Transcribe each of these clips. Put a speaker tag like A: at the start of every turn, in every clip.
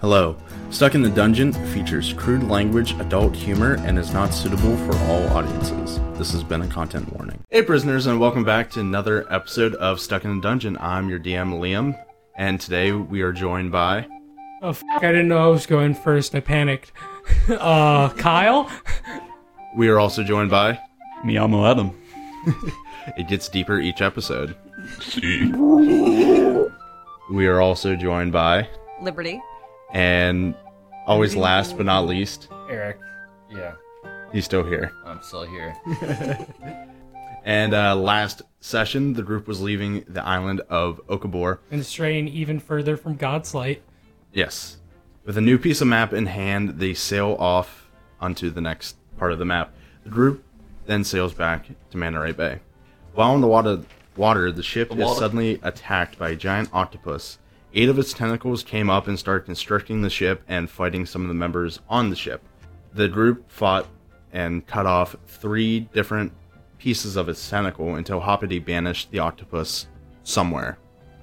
A: Hello. Stuck in the Dungeon features crude language, adult humor, and is not suitable for all audiences. This has been a content warning. Hey, prisoners, and welcome back to another episode of Stuck in the Dungeon. I'm your DM, Liam, and today we are joined by.
B: Oh, f- I didn't know I was going first. I panicked. uh, Kyle?
A: We are also joined by.
C: Me, I'm Adam.
A: It gets deeper each episode. We are also joined by.
D: Liberty.
A: And always last but not least,
E: Eric. Yeah,
A: he's still here.
E: I'm still here.
A: And uh, last session, the group was leaving the island of Okabor
B: And straying even further from God's light.
A: Yes. With a new piece of map in hand, they sail off onto the next part of the map. The group then sails back to Manoray Bay. While in the water, water the ship is
E: water.
A: suddenly attacked by a giant octopus. Eight of its tentacles came up and started constricting the ship and fighting some of the members on the ship. The group fought and cut off three different pieces of its tentacle until Hoppity banished the octopus somewhere.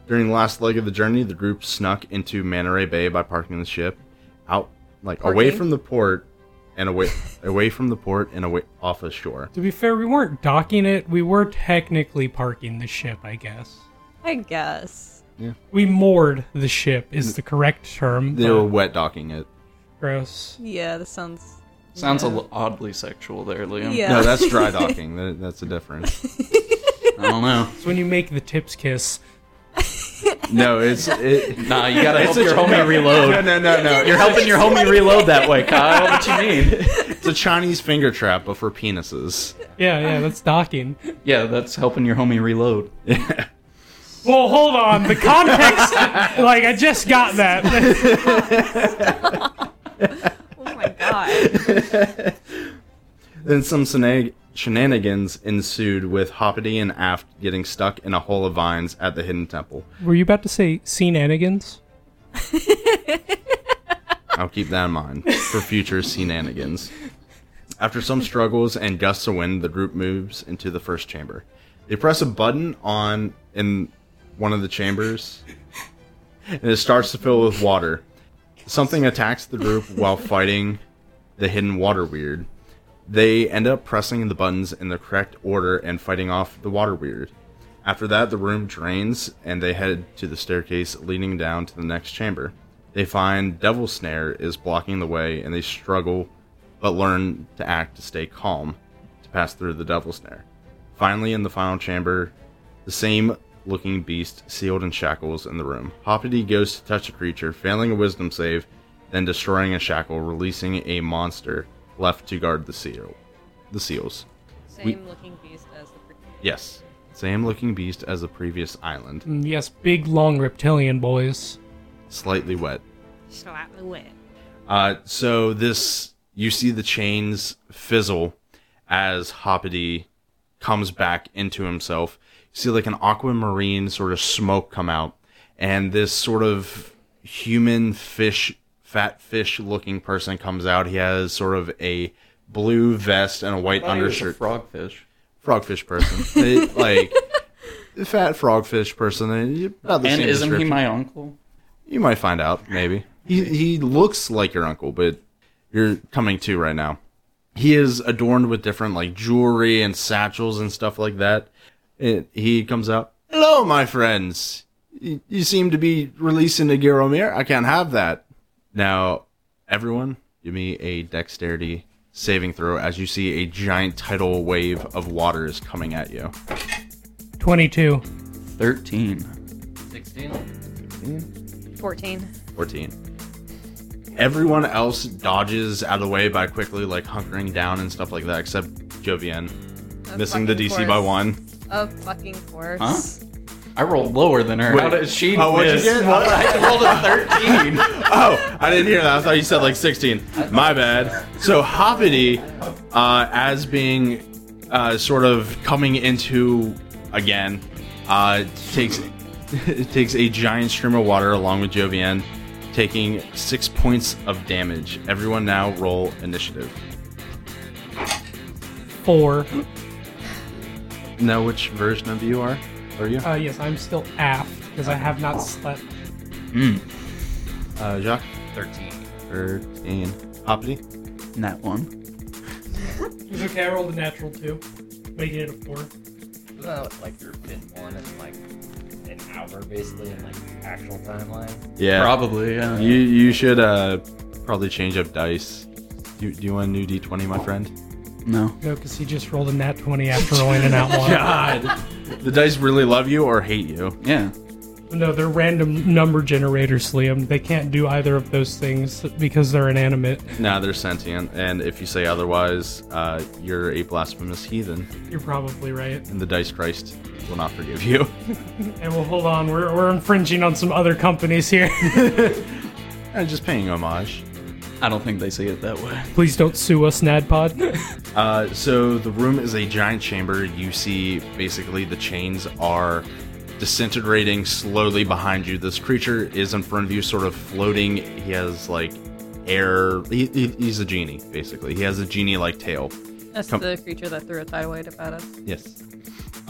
A: During the last leg of the journey, the group snuck into Manoray Bay by parking the ship out, like away
D: Parking?
A: from the port and away away from the port and away off the shore.
B: To be fair, we weren't docking it. We were technically parking the ship, I guess.
D: I guess.
B: We moored the ship, is the correct term.
A: They
B: but-
A: were wet docking it.
B: Gross.
D: Yeah, this sounds.
C: Sounds a little oddly sexual there, Liam.
D: Yeah.
A: No, that's dry docking. That- That's the difference.
C: I don't know.
B: It's when you make the tips kiss.
A: No, it's it.
C: Nah, you gotta help your
A: no,
C: homie
A: No,
C: reload.
A: no, no, no.
C: You're helping your homie reload that way, Kyle. What you mean?
A: It's a Chinese finger trap, but for penises.
B: Yeah, yeah, that's docking.
C: Yeah, that's helping your homie reload.
B: Well, hold on. The context, like, I just got that.
D: Oh my god.
A: Then some shenag- shenanigans ensued with Hoppity and Aft getting stuck in a hole of vines at the hidden temple.
B: Were you about to say shenanigans?
A: I'll keep that in mind for future shenanigans. After some struggles and gusts of wind, the group moves into the first chamber. They press a button on in one of the chambers, and it starts to fill with water. Something attacks the group while fighting the hidden water weird. They end up pressing the buttons in the correct order and fighting off the water weird. After that, the room drains and they head to the staircase leading down to the next chamber. They find Devil Snare is blocking the way and they struggle but learn to act to stay calm to pass through the Devil Snare. Finally, in the final chamber, the same looking beast sealed in shackles in the room. Hoppity goes to touch the creature, failing a wisdom save, then destroying a shackle, releasing a monster left to guard the seal. The seals.
D: Same looking beast as the.
A: Yes. Same looking beast as the previous island.
B: Mm, Yes, big, long reptilian boys.
A: Slightly wet.
D: Slightly wet.
A: Uh, so this, you see the chains fizzle as Hoppity comes back into himself. You see like an aquamarine sort of smoke come out, and this sort of human fish, fat fish looking person comes out. He has sort of a blue vest and a white undershirt.
C: Frogfish.
A: frogfish person, They- like fat frogfish person. they- About the
C: And
A: same
C: isn't he
A: description.
C: my uncle?
A: You might find out, maybe. He he looks like your uncle, but you're coming to right now. He is adorned with different like jewelry and satchels and stuff like that. It, he comes out. Hello, my friends. You, you seem to be releasing a Giromir. I can't have that. Now, everyone, give me a dexterity saving throw as you see a giant tidal wave of water is coming at you.
B: 22.
C: 13.
E: 16.
D: 14.
A: 14. Everyone else dodges out of the way by quickly like hunkering down and stuff like that, except Jovian, missing the
D: fucking
A: DC by
D: course.
A: one.
D: Of fucking course.
C: Huh? I rolled lower than her.
A: Wait.
C: How did she
A: Oh, what'd you
C: miss?
A: get?
C: What? I rolled a 13.
A: Oh, I didn't hear that. I thought you said like 16. My bad. So Hoppity, uh, as being uh, sort of coming into again, uh, takes takes a giant stream of water along with Jovian, taking six points of damage. Everyone now roll initiative.
B: 4.
A: Know which version of you are? Are you?
B: Uh, yes, I'm still aft because I have not slept.
A: Uh, Jacques?
E: 13.
A: 13. Hoppity.
C: Nat one.
B: It's okay, I rolled a natural two, making it a four.
E: Isn't that like your pin one in like an hour basically in like actual timeline?
A: Yeah.
C: Probably. Yeah.
A: You you should uh probably change up dice. Do, do you want a new D20, my friend?
C: no.
B: No, because he just rolled a nat 20 after rolling a nat 1.
C: God.
A: The dice really love you or hate you.
C: yeah.
B: No, they're random number generators, Liam. They can't do either of those things because they're inanimate.
A: Nah, they're sentient, and if you say otherwise, uh, you're a blasphemous heathen,
B: You're probably right.
A: and the dice Christ will not forgive you.
B: And well, hold on. We're, we're infringing on some other companies here.
A: I'm just paying homage.
C: I don't think they see it that way.
B: Please don't sue us, Nadpod.
A: Uh, so the room is a giant chamber. You see, basically, the chains are disintegrating slowly behind you. This creature is in front of you, sort of floating. He has like air. He, he- he's a genie, basically. He has a genie-like tail.
D: That's
A: Come-
D: the creature that threw a tidal wave about us.
A: Yes.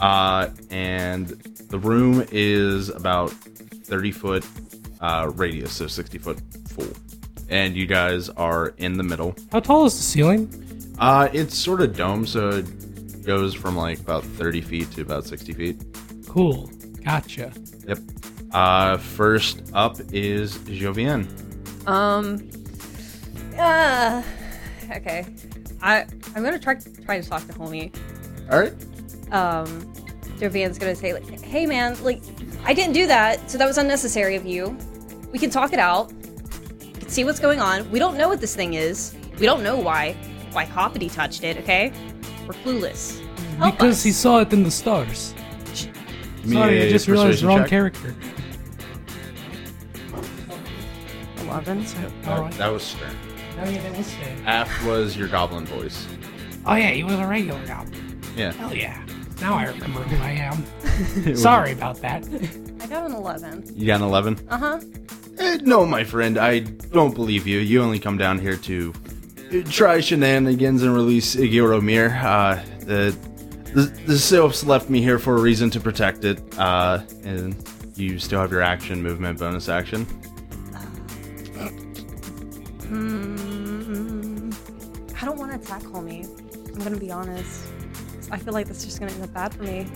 A: Uh, and the room is about 30 foot uh, radius, so 60 foot full. And you guys are in the middle.
B: How tall is the ceiling?
A: Uh, it's sort of dome, so it goes from like about 30 feet to about 60 feet.
B: Cool. Gotcha.
A: Yep. Uh, first up is Jovian.
D: Um. Uh, okay. I I'm gonna try try to talk to homie.
A: All right.
D: Um, Jovan's gonna say like, "Hey man, like, I didn't do that, so that was unnecessary of you. We can talk it out. We can see what's going on. We don't know what this thing is. We don't know why why Hoppity touched it. Okay, we're clueless. Oh, Help
B: Because
D: us.
B: he saw it in the stars. Sorry, I just realized wrong character.
D: eleven.
B: All
A: That,
B: right.
A: that was stern.
B: Oh yeah, that was sad.
A: Aft was your goblin voice.
B: Oh yeah, he was a regular goblin.
A: Yeah.
B: Hell yeah. Now I remember who I am. Sorry about that.
D: I got an eleven.
A: You got an 11?
D: Uh huh.
A: Eh, no, my friend, I don't believe you. You only come down here to uh, try shenanigans and release Igoromir. Uh, the, the the Sylphs left me here for a reason to protect it. Uh, and you still have your action, movement, bonus action.
D: Mm-hmm. I don't want to attack homie. I'm gonna be honest. I feel like this is just gonna end up bad for me.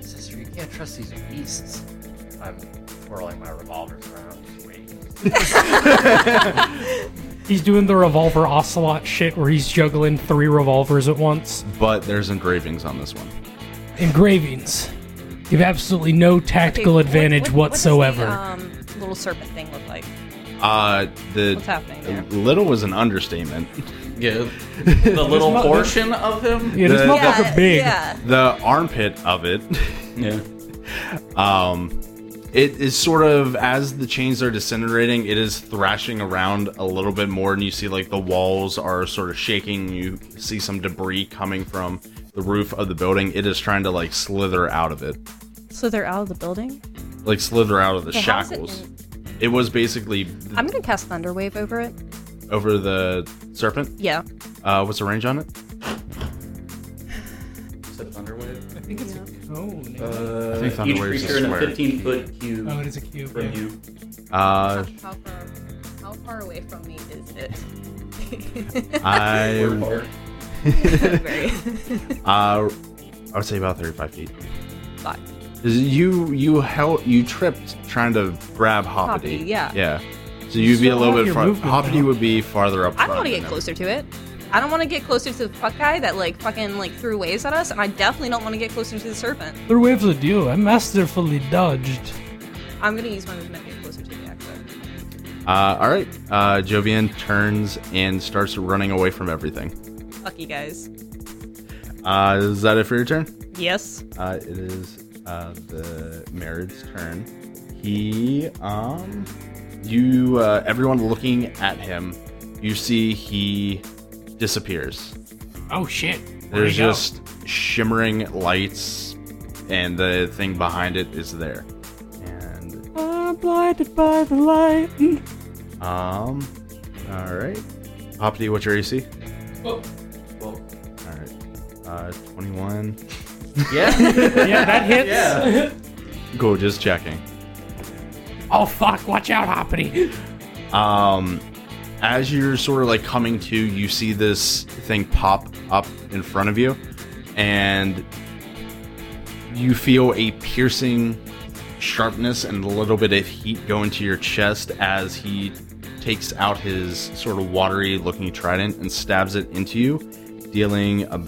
E: Sister, you can't trust these beasts. I'm twirling my revolvers around. just waiting.
B: He's doing the revolver ocelot shit where he's juggling three revolvers at once.
A: But there's engravings on this one.
B: Engravings. You have absolutely no tactical
D: Okay, what-
B: advantage
D: what- what does the,
B: whatsoever.
D: um, little serpent thing look like.
A: Uh, the
D: What's happening there?
A: little was an understatement.
C: Yeah. The little portion of him.
B: yeah, this
A: the-
B: motherfucker
D: yeah,
B: big.
D: Yeah.
A: The armpit of it.
C: Yeah.
A: Um, it is sort of as the chains are disintegrating, it is thrashing around a little bit more, and you see like the walls are sort of shaking. You see some debris coming from the roof of the building. It is trying to like slither out of it,
D: So they're out of the building.
A: like slither out of the
D: Okay, how's it
A: shackles. It was basically th-
D: I'm gonna cast Thunderwave over it.
A: over the serpent.
D: Yeah.
A: Uh, what's the range on it?
C: Said Thunderwave.
B: I think it's a cone.
C: Uh,
A: think
C: each
A: Thunderwave's
C: creature in a
A: square.
C: 15 foot cube
B: oh, it is a cube.
C: from
B: yeah.
C: you.
A: Uh,
D: how, far, how far away from me is it?
A: I
C: Or-
D: Very.
A: uh, I would say about thirty-five feet.
D: Fuck.
A: Is it You you held you tripped trying to grab Hoppity.
D: Hoppity, yeah.
A: Yeah. So you'd be a
B: still
A: little
B: have
A: bit
B: your
A: farther.
B: movement,
A: Hoppity
B: though.
A: would be farther up.
D: I
A: front
D: don't want to
A: than
D: get
A: him.
D: closer to it. I don't want to get closer to the fuck guy that like fucking like threw waves at us, and I definitely don't want to get closer to the serpent.
B: Their waves are due. I masterfully dodged.
D: I'm gonna use my movement to get closer to the exit.
A: Uh, all right. Uh, Jovian turns and starts running away from everything.
D: Fuck you guys.
A: Uh, is that it for your turn?
D: Yes.
A: Uh, it is uh, the Merid's turn. He um, you uh, everyone looking at him, you see he disappears.
B: Oh shit. Where'd
A: There's
B: he go?
A: just shimmering lights, and the thing behind it is there. And
B: I'm blinded by the light.
A: um, all right, Hoppity, what's your AC?
C: Well,
A: All right, uh, twenty-one.
C: yeah.
B: yeah, that hits.
C: Yeah.
A: Cool, just checking.
B: Oh fuck! Watch out, Hoppity.
A: Um, as you're sort of like coming to, you see this thing pop up in front of you, and you feel a piercing sharpness and a little bit of heat go into your chest as he takes out his sort of watery looking trident and stabs it into you, dealing a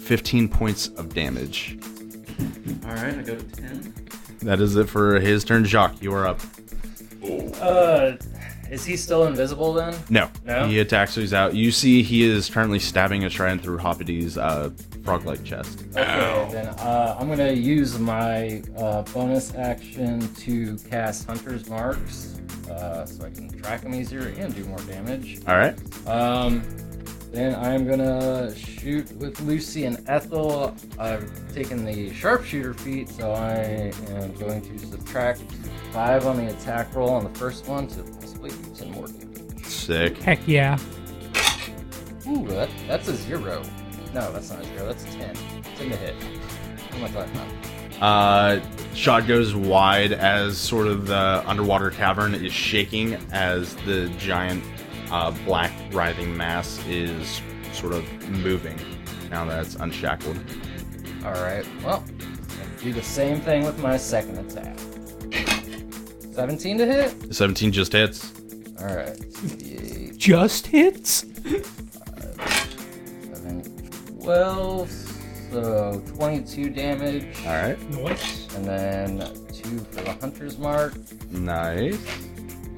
A: 15 points of damage.
C: All right, I go to ten.
A: That is it for his turn. Jacques, you are up.
E: Uh, is he still invisible then?
A: No.
E: No?
A: He attacks, so he's out. You see, he is currently stabbing a shrine through Hoppity's uh, frog like chest.
E: Okay, then uh, I'm gonna use my uh, bonus action to cast Hunter's Marks, uh, so I can track them easier and do more damage.
A: All right.
E: Um, then I'm gonna shoot with Lucy and Ethel. I've taken the sharpshooter feat, so I am going to subtract five on the attack roll on the first one to possibly do ten more damage.
A: Sick.
B: Heck yeah.
E: Ooh, that, that's a zero. No, that's not a zero. That's a ten. Ten to hit. Oh What am I talking about?
A: Uh, shot goes wide as sort of the underwater cavern is shaking as the giant uh, black writhing mass is sort of moving now that it's unshackled.
E: All right. Well, I'll do the same thing with my second attack. 17 to hit.
A: 17 just hits.
E: All right. 8,
B: Just hits?
E: 7, 12. So 22 damage,
A: All right.
B: Nice.
E: and then two for the hunter's mark.
A: Nice.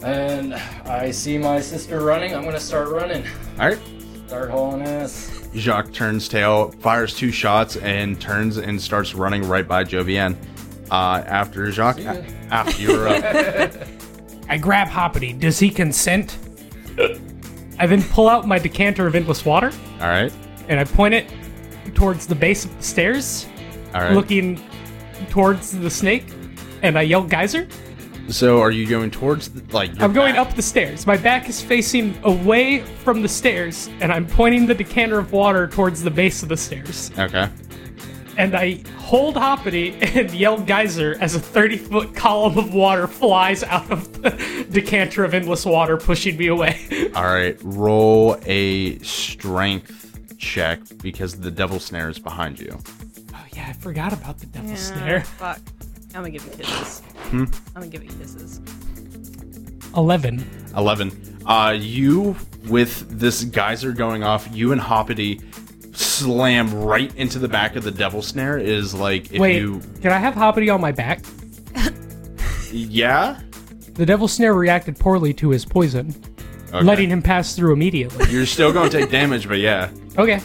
E: And I see my sister running. I'm gonna start running.
A: All right.
E: Start hauling ass.
A: Jacques turns tail, fires two shots, and turns and starts running right by Jovian. Uh, after Jacques,
E: ya.
A: after you're up.
B: I grab Hoppity. Does he consent? I then pull out my decanter of endless water
A: All right.
B: and I point it towards the base of the stairs,
A: All right.
B: looking towards the snake, and I yell, Geyser.
A: so are you going towards the, like? your
B: I'm going
A: back?
B: up the stairs. My back is facing away from the stairs, and I'm pointing the decanter of water towards the base of the stairs.
A: Okay.
B: And I hold Hoppity and yell Geyser as a 30 foot column of water flies out of the decanter of endless water, pushing me away.
A: All right, roll a strength check because the devil snare is behind you.
B: Oh, yeah, I forgot about the devil
D: Ah,
B: snare.
D: Fuck. I'm gonna give you kisses.
A: Hmm?
D: I'm gonna give you kisses.
B: 11.
A: 11. Uh, you, with this geyser going off, you and Hoppity slam right into the back of the devil snare. It Is like, if
B: Wait,
A: you.
B: can I have Hoppity on my back?
A: Yeah?
B: The devil snare reacted poorly to his poison,
A: Okay.
B: letting him pass through immediately.
A: You're still going to take damage, but yeah.
B: Okay.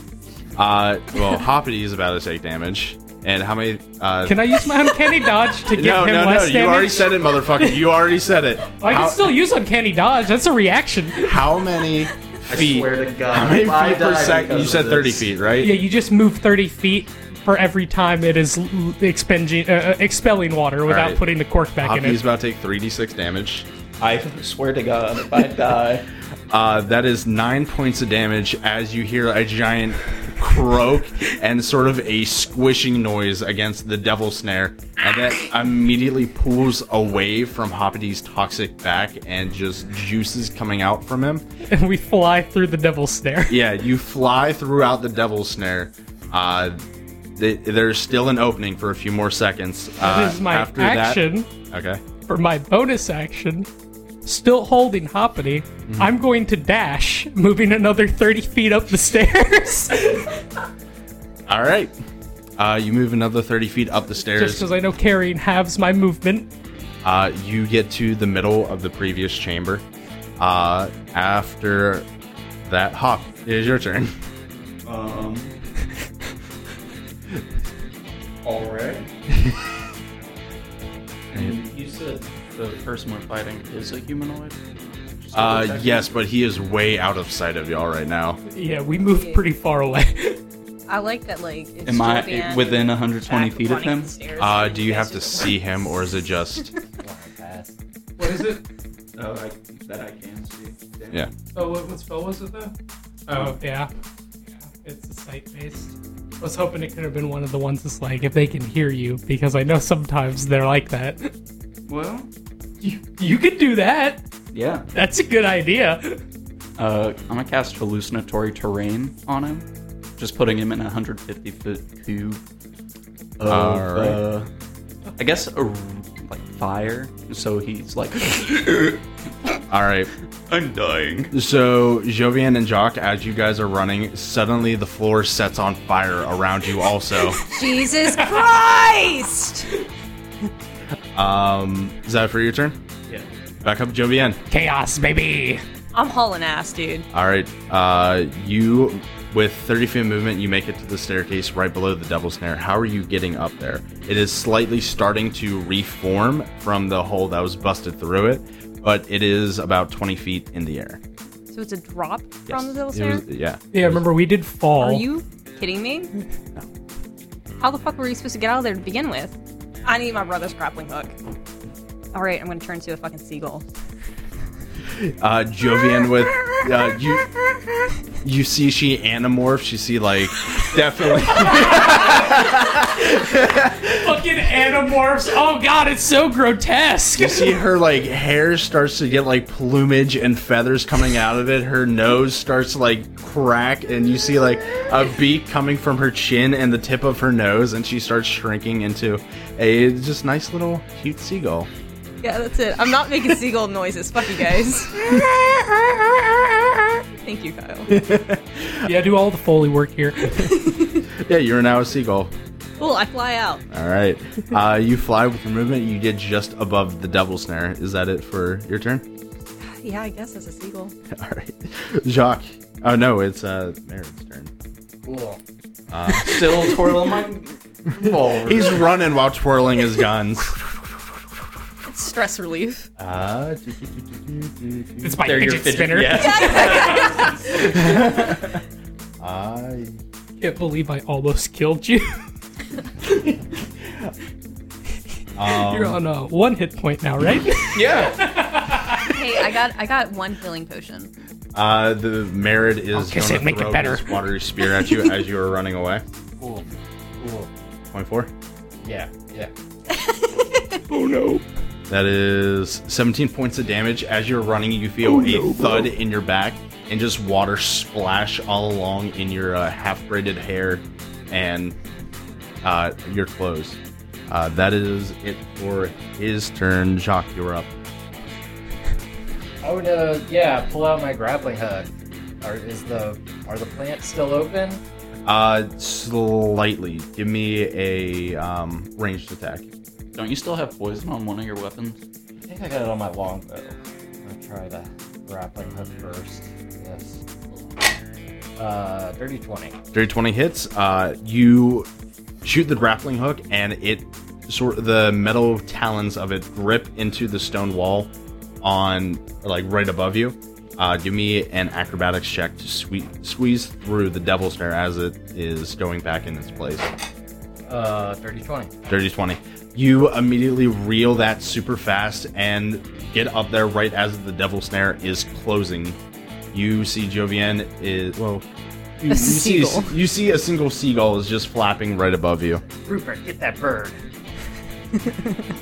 A: Uh, well, Hoppity is about to take damage. And how many. Uh,
B: Can I use my uncanny dodge to give
A: no,
B: him
A: no, no.
B: less
A: You
B: damage?
A: already said it, motherfucker. You already said it.
B: I
A: how,
B: can still use uncanny dodge. That's a reaction.
A: how many feet.
C: Swear to God.
A: How many
C: I
A: feet per
C: die
A: second?
C: because
A: You
C: of
A: said 30
C: this.
A: feet, right?
B: Yeah, you just move 30 feet for every time it is l- expenging, uh, uh, expelling water without
A: Alright.
B: putting the cork back in
A: Hoppy's
B: it.
A: about to take 3d6 damage.
C: I swear to God, if I die,
A: Uh, that is nine points of damage as you hear a giant croak and sort of a squishing noise against the devil snare, and that immediately pulls away from Hoppity's toxic back and just juices coming out from him.
B: And we fly through the devil's snare.
A: Yeah, you fly throughout the devil snare. Uh, th- there's still an opening for a few more seconds. Uh,
B: this is my
A: after
B: action
A: That, okay.
B: for my bonus action. Still holding Hoppity,
A: Mm-hmm.
B: I'm going to dash, moving another 30 feet up the stairs.
A: All right. Uh, you move another 30 feet up the
B: just
A: stairs.
B: because I know carrying halves my movement.
A: Uh, you get to the middle of the previous chamber. Uh, after that, hop. It is your turn.
C: Um. All right. and you said the person we're fighting is a humanoid. Just double
A: Uh,
C: checking.
A: yes, but he is way out of sight of y'all right now.
B: Yeah, we moved pretty far away.
D: I like that. Like, it's
C: Am I
D: Jovian
C: within
D: back
C: 120 feet of
D: running
C: him?
D: the stairs.
A: Uh, do you have to
D: Yes,
A: see him, or is it just
E: Pass.
C: What is it? Oh, I, that I can see. Damn.
A: yeah?
B: Oh, what, what spell was it though? Oh, yeah. yeah. It's a sight based. I was hoping it could have been one of the ones that's like, if they can hear you, because I know sometimes they're like that.
C: Well,
B: You, you could do that.
C: Yeah.
B: That's a good idea.
C: Uh, I'm gonna cast hallucinatory terrain on him, just putting him in a 150 foot cube. Of,
A: All right.
C: uh, I guess a, r- like fire, so he's like,
A: All right.
C: I'm dying.
A: So, Jovian and Jock, as you guys are running, suddenly the floor sets on fire around you, also.
D: Jesus Christ!
A: um, is that for your turn?
B: Yeah.
A: Back up, Jovian.
B: Chaos, baby.
D: I'm hauling ass, dude.
A: All right. Uh, you, with 30 feet of movement, you make it to the staircase right below the double snare. How are you getting up there? It is slightly starting to reform from the hole that was busted through it, but it is about 20 feet in the air.
D: So it's a drop
A: Yes.
D: from the double
A: It
D: snare?
A: was- yeah.
B: Yeah, remember we did fall.
D: Are you kidding me? How the fuck were you supposed to get out of there to begin with? I need my brother's grappling hook. Alright, I'm gonna turn to a fucking seagull.
A: Uh, Jovian with uh, you. You see, she anamorphs. You see, like, definitely.
B: fucking animorphs? Oh god, it's so grotesque.
A: You see her like hair starts to get like plumage and feathers coming out of it. Her nose starts to like crack, and you see like a beak coming from her chin and the tip of her nose, and she starts shrinking into a just nice little cute seagull.
D: Yeah, that's it. I'm not making seagull noises. Fuck you guys. Thank you, Kyle.
B: Yeah, do all the foley work here.
A: Yeah, you're now a seagull.
D: Cool, I fly out.
A: All right, uh, you fly with your movement. You get just above the double snare. Is that it for your turn?
D: Yeah, I guess as a seagull.
A: All right, Jacques. Oh no, it's uh, Merritt's turn.
E: Cool.
C: Still twirling my revolver.
A: He's running while twirling his guns.
D: It's stress relief.
A: Uh,
B: It's my
C: They're your
B: fidget,
C: fidget
B: spinner.
C: Yeah.
A: I
B: Can't believe I almost killed you. You're on uh, one hit point now, right?
C: yeah.
D: Hey, I got I got one healing potion.
A: Uh, the Merid is
B: kiss
A: going
B: it,
A: to
B: make it
A: throw
B: better.
A: his watery spear at you as you are running away.
E: Cool. Cool.
A: 24.
E: Yeah. Yeah.
B: oh no.
A: That is 17 points of damage. As you're running, you
B: Oh,
A: feel a thud in your back and just water splash all along in your uh, half braided hair and uh, your clothes. Uh, that is it for his turn. Jacques, you're up.
E: I would, uh, yeah, pull out my grappling hook. Are is the are the plants still open?
A: Uh, slightly. Give me a um, ranged attack.
C: Don't you still have poison on one of your weapons?
E: I think I got it on my longbow. I'm gonna try the grappling hook first. Yes. Uh, dirty twenty.
A: 320 hits. Uh, you shoot the grappling hook, and it sort the metal talons of it grip into the stone wall on like right above you. Uh, give me an acrobatics check to sque- squeeze through the devil's snare as it is going back in its place.
E: Uh, dirty twenty.
A: Dirty 20. You immediately reel that super fast and get up there right as the devil snare is closing. You see Jovian is well. You, you see,
D: seagull.
A: you see a single seagull is just flapping right above you.
E: Rupert, get that bird.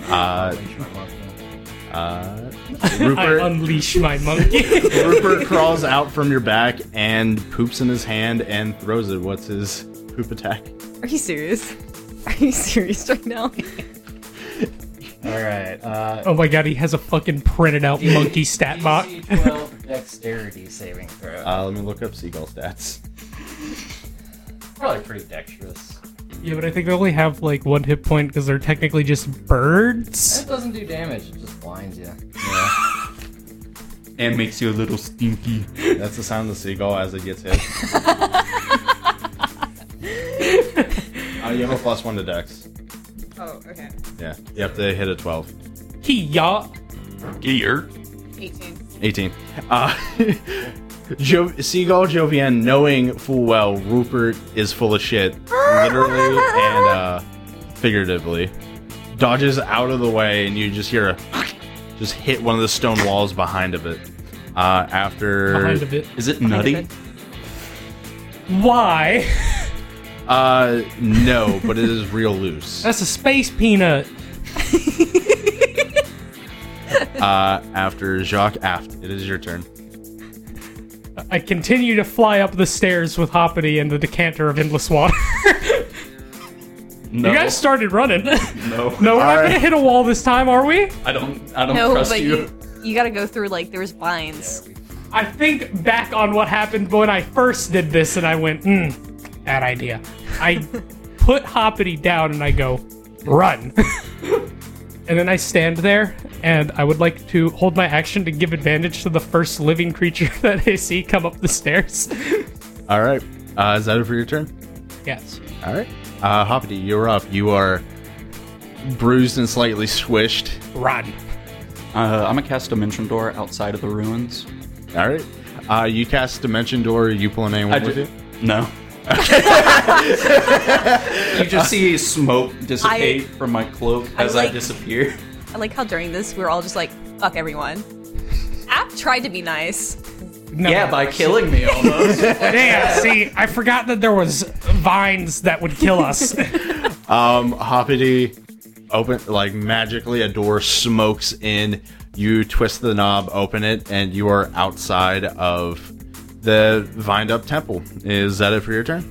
A: Uh,
E: Make sure I'm on it.
A: uh,
B: I
A: Rupert,
B: unleash my monkey.
A: Rupert crawls out from your back and poops in his hand and throws it. What's his poop attack?
D: Are you serious? Are you serious right now?
E: All right. Uh,
B: oh my god, he has a fucking printed out monkey stat box.
E: DC 12 dexterity saving throw.
A: Uh, let me look up seagull stats.
E: Probably pretty dexterous.
B: Yeah, but I think they only have like one hit point because they're technically just birds.
E: It doesn't do damage. It just blinds you.
C: And makes you a little stinky.
A: That's the sound of the seagull as it gets hit. uh, you have a plus one to dex.
D: Oh, okay.
A: Yeah. You have to hit a 12.
B: He ya.
C: Gear.
D: 18.
A: 18. Uh, jo- seagull Jovian, knowing full well Rupert is full of shit, literally and uh, figuratively, dodges out of the way, and you just hear a just hit one of the stone walls behind of it. Uh, after
B: Behind of it.
C: Is it nutty?
B: Why?
A: uh, no, but it Uh, is real loose.
B: That's a space peanut.
A: uh, after Jacques Aft. It is your turn.
B: I continue to fly up the stairs with Hoppity and the decanter of endless water.
C: No,
B: you guys started running.
C: no,
B: no, we're not
A: Alright.
B: gonna hit a wall this time, are we?
C: I don't. I don't
D: No,
C: trust
D: but
C: you.
D: you you gotta go through like there's blinds.
B: I think back on what happened when I first did this, and I went, hmm, bad idea. I put Hoppity down and I go, run. and then I stand there, and I would like to hold my action to give advantage to the first living creature that I see come up the stairs.
A: All right. Uh, is that it for your turn?
B: yes.
A: All right. Uh, Hoppity, you're up. You are bruised and slightly swished.
B: Run.
C: Uh, I'm gonna cast Dimension Door outside of the ruins.
A: All right. Uh, you cast Dimension Door. Are you pulling anyone with you?
C: No. you just see smoke dissipate
D: I-
C: from my cloak
D: I
C: as I
D: like-
C: disappear.
D: I like how during this we're all just like fuck everyone. App tried to be nice.
B: No.
C: Yeah, by killing me almost.
B: Yeah, see, I forgot that there was vines that would kill us.
A: Um, Hoppity, open like magically a door smokes in. You twist the knob, open it, and you are outside of the vined up temple. Is that it for your turn?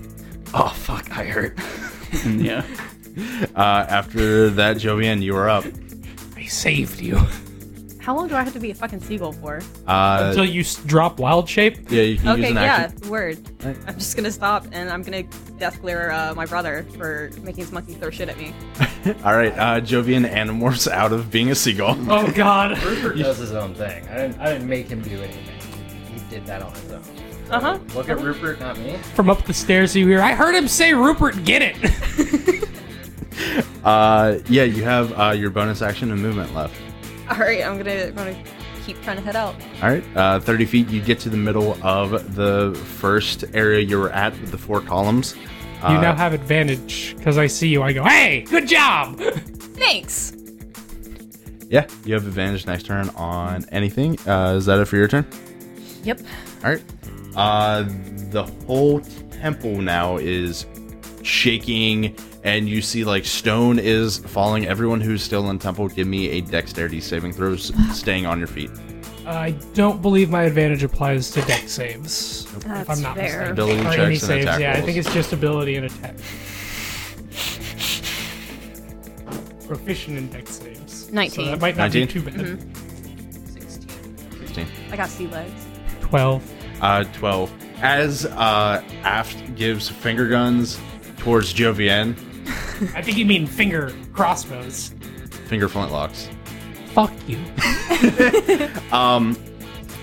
C: oh fuck, I hurt. yeah.
A: Uh, after that, Jovian, you are up.
B: I saved you.
D: How long do I have to be a fucking seagull for?
A: Uh,
B: Until you s- drop wild shape.
A: yeah, you can use an
D: Okay, yeah,
A: action.
D: word. I'm just gonna stop and I'm gonna death glare uh, my brother for making his monkey throw shit at me.
A: All right, uh, Jovian animorphs out of being a seagull.
B: Oh god.
E: Rupert does his own thing. I didn't, I didn't make him do anything. He did that on his own. So,
D: Uh-huh.
E: Look at Rupert, not me.
B: From up the stairs you hear, I heard him say Rupert, get it.
A: Uh, yeah, you have uh, your bonus action and movement left.
D: All right, I'm gonna I'm gonna keep trying to head out.
A: All right, uh, 30 feet, you get to the middle of the first area you were at with the four columns.
B: You now have advantage because I see you. I go, hey, good job.
D: Thanks.
A: Yeah, you have advantage next turn on anything. Uh, is that it for your turn?
D: Yep.
A: All right. Uh, the whole temple now is shaking, and you see like stone is falling. Everyone who's still in temple, give me a dexterity saving throw, s- staying on your feet.
B: I don't believe my advantage applies to deck saves.
D: That's
B: if I'm not
D: fair.
B: mistaken.
A: Ability
B: Or
A: checks
B: any
A: and
B: saves,
A: attack
B: yeah. I
A: rolls.
B: think it's just ability and attack. Proficient in deck saves. So
D: 19.
B: that might not
A: 19?
B: be too bad.
D: Mm-hmm.
E: 16.
A: 16.
D: I got sea legs.
B: 12.
A: Uh, 12. As uh, Aft gives finger guns towards Jovian,
B: I think you mean finger crossbows.
A: finger flintlocks.
B: Fuck you.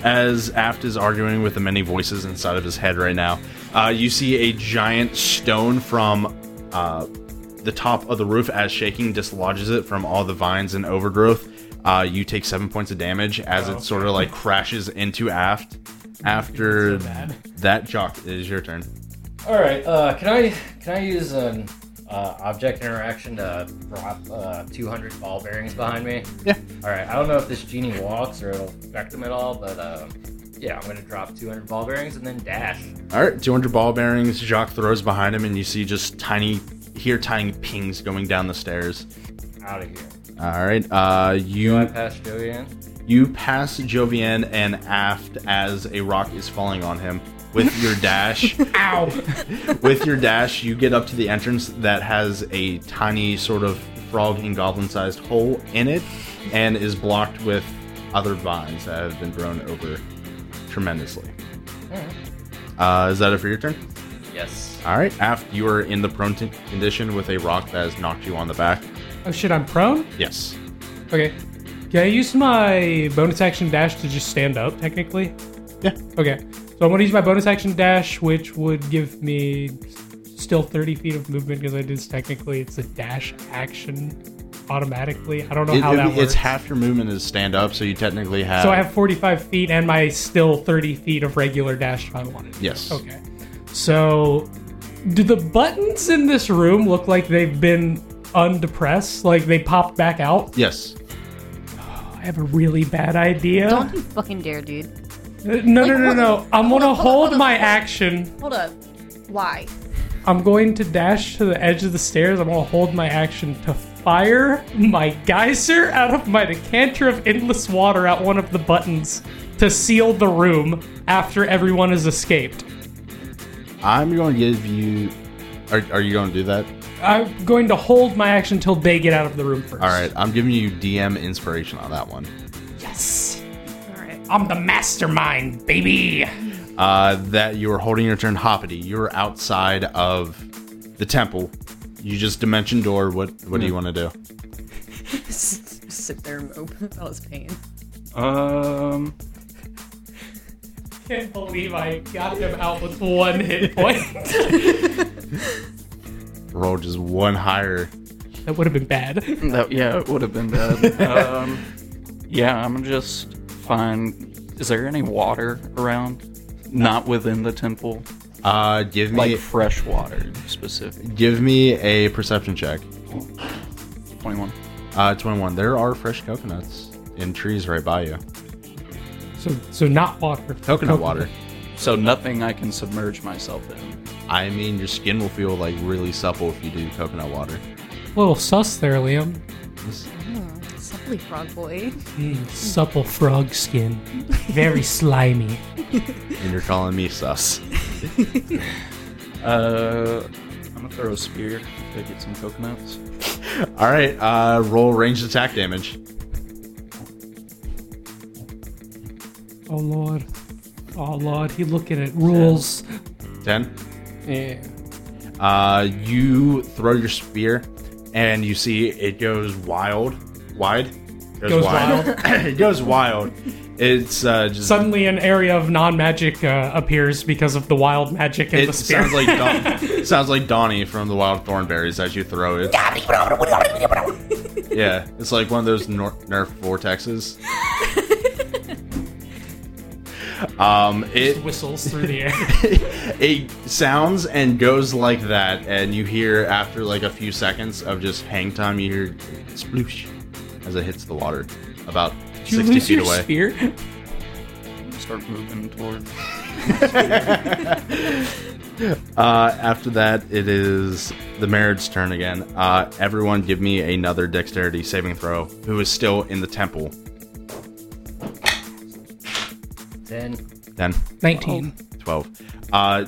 A: as Aft is arguing with the many voices inside of his head right now, uh, you see a giant stone from uh, the top of the roof as shaking dislodges it from all the vines and overgrowth. Uh, you take seven points of damage as it sort of like crashes into Aft. After
B: So bad.
A: that, Jock, it is your turn.
E: All right. Uh, can I can I use an uh, object interaction to drop uh, 200 ball bearings behind me?
A: Yeah.
E: All right. I don't know if this genie walks or it'll affect him at all, but um, yeah, I'm gonna drop 200 ball bearings and then dash.
A: All right, 200 ball bearings. Jock throws behind him, and you see just tiny, hear tiny pings going down the stairs.
E: Out of here.
A: All right, uh, you.
E: Do I pass Joey in?
A: You pass Jovian and aft as a rock is falling on him. With your dash,
B: Ow.
A: with your dash, you get up to the entrance that has a tiny sort of frog and goblin-sized hole in it, and is blocked with other vines that have been grown over tremendously. Uh, is that it for your turn?
E: Yes.
A: All right, aft, you are in the prone t- condition with a rock that has knocked you on the back.
B: oh shit, I'm prone?
A: Yes.
B: Okay. Can I use my bonus action dash to just stand up, technically?
A: Yeah.
B: Okay. So I'm going to use my bonus action dash, which would give me s- still 30 feet of movement because I did technically it's a dash action automatically. I don't know
A: It-
B: how
A: it-
B: that works.
A: it's half your movement is stand up, so you technically have.
B: so I have 45 feet and my still 30 feet of regular dash if I wanted. to.
A: Yes.
B: Okay. So do the buttons in this room look like they've been undepressed? Like they popped back out?
A: Yes.
B: I have a really bad idea.
D: Don't you fucking dare, dude.
B: Uh, No, no, no,
D: what-
B: no. I'm
D: hold
B: gonna
D: on, hold on, hold
B: hold
D: on,
B: my
D: hold on.
B: action.
D: Hold up. Why?
B: I'm going to dash to the edge of the stairs. I'm gonna hold my action to fire my geyser out of my decanter of endless water at one of the buttons to seal the room after everyone has escaped.
A: I'm going to give you. Are, are you going to do that?
B: I'm going to hold my action till they get out of the room first.
A: All right, I'm giving you DM inspiration on that one.
B: Yes.
D: All right.
B: I'm the mastermind, baby.
A: uh, that you were holding your turn hoppity. You were outside of the temple. You just dimension door. What what do
B: Hmm.
A: you want to do?
D: Just sit there and mope about his pain.
C: Um,
B: Can't believe I got them out with one hit point.
A: Roll just one higher.
B: that would have been bad.
C: that yeah, it would have been bad. um, yeah, I'm just fine. Is there any water around? Not within the temple,
A: Uh, give me
C: like fresh water specific.
A: give me a perception check.
C: Twenty-one.
A: Uh, twenty one. There are fresh coconuts in trees right by you.
B: So, so not water.
A: Coconut water.
C: So nothing I can submerge myself in.
A: I mean, your skin will feel like really supple if you do coconut water.
B: Little sus there, Liam.
D: Supply frog boy.
B: Supple frog skin. Very slimy.
A: And you're calling me sus.
C: Uh, I'm gonna throw a spear to get some coconuts.
A: All right. Uh, roll ranged attack damage.
B: Oh lord. Oh lord, he looking at rules.
A: Ten.
B: Yeah.
A: Uh, you throw your spear, and you see it goes wild, wide, goes,
B: Goes wild.
A: it goes wild. It's uh, just
B: Suddenly, an area of non-magic uh, appears because of the wild magic in
A: it
B: the spear.
A: sounds like Don- sounds like Donnie from the Wild Thornberries as you throw it. yeah, it's like one of those nor- Nerf vortexes. um, it
B: whistles through the air.
A: it sounds and goes like that, and you hear after like a few seconds of just hang time, you hear sploosh as it hits the water about
B: you
A: 60
B: lose
A: feet
B: your
A: away.
B: spear?
C: Start moving towards.
A: Uh, after that, it is the marriage turn again. Uh, everyone, give me another dexterity saving throw. Who is still in the temple?
E: Then
A: 10,
B: 19.
A: 12, uh,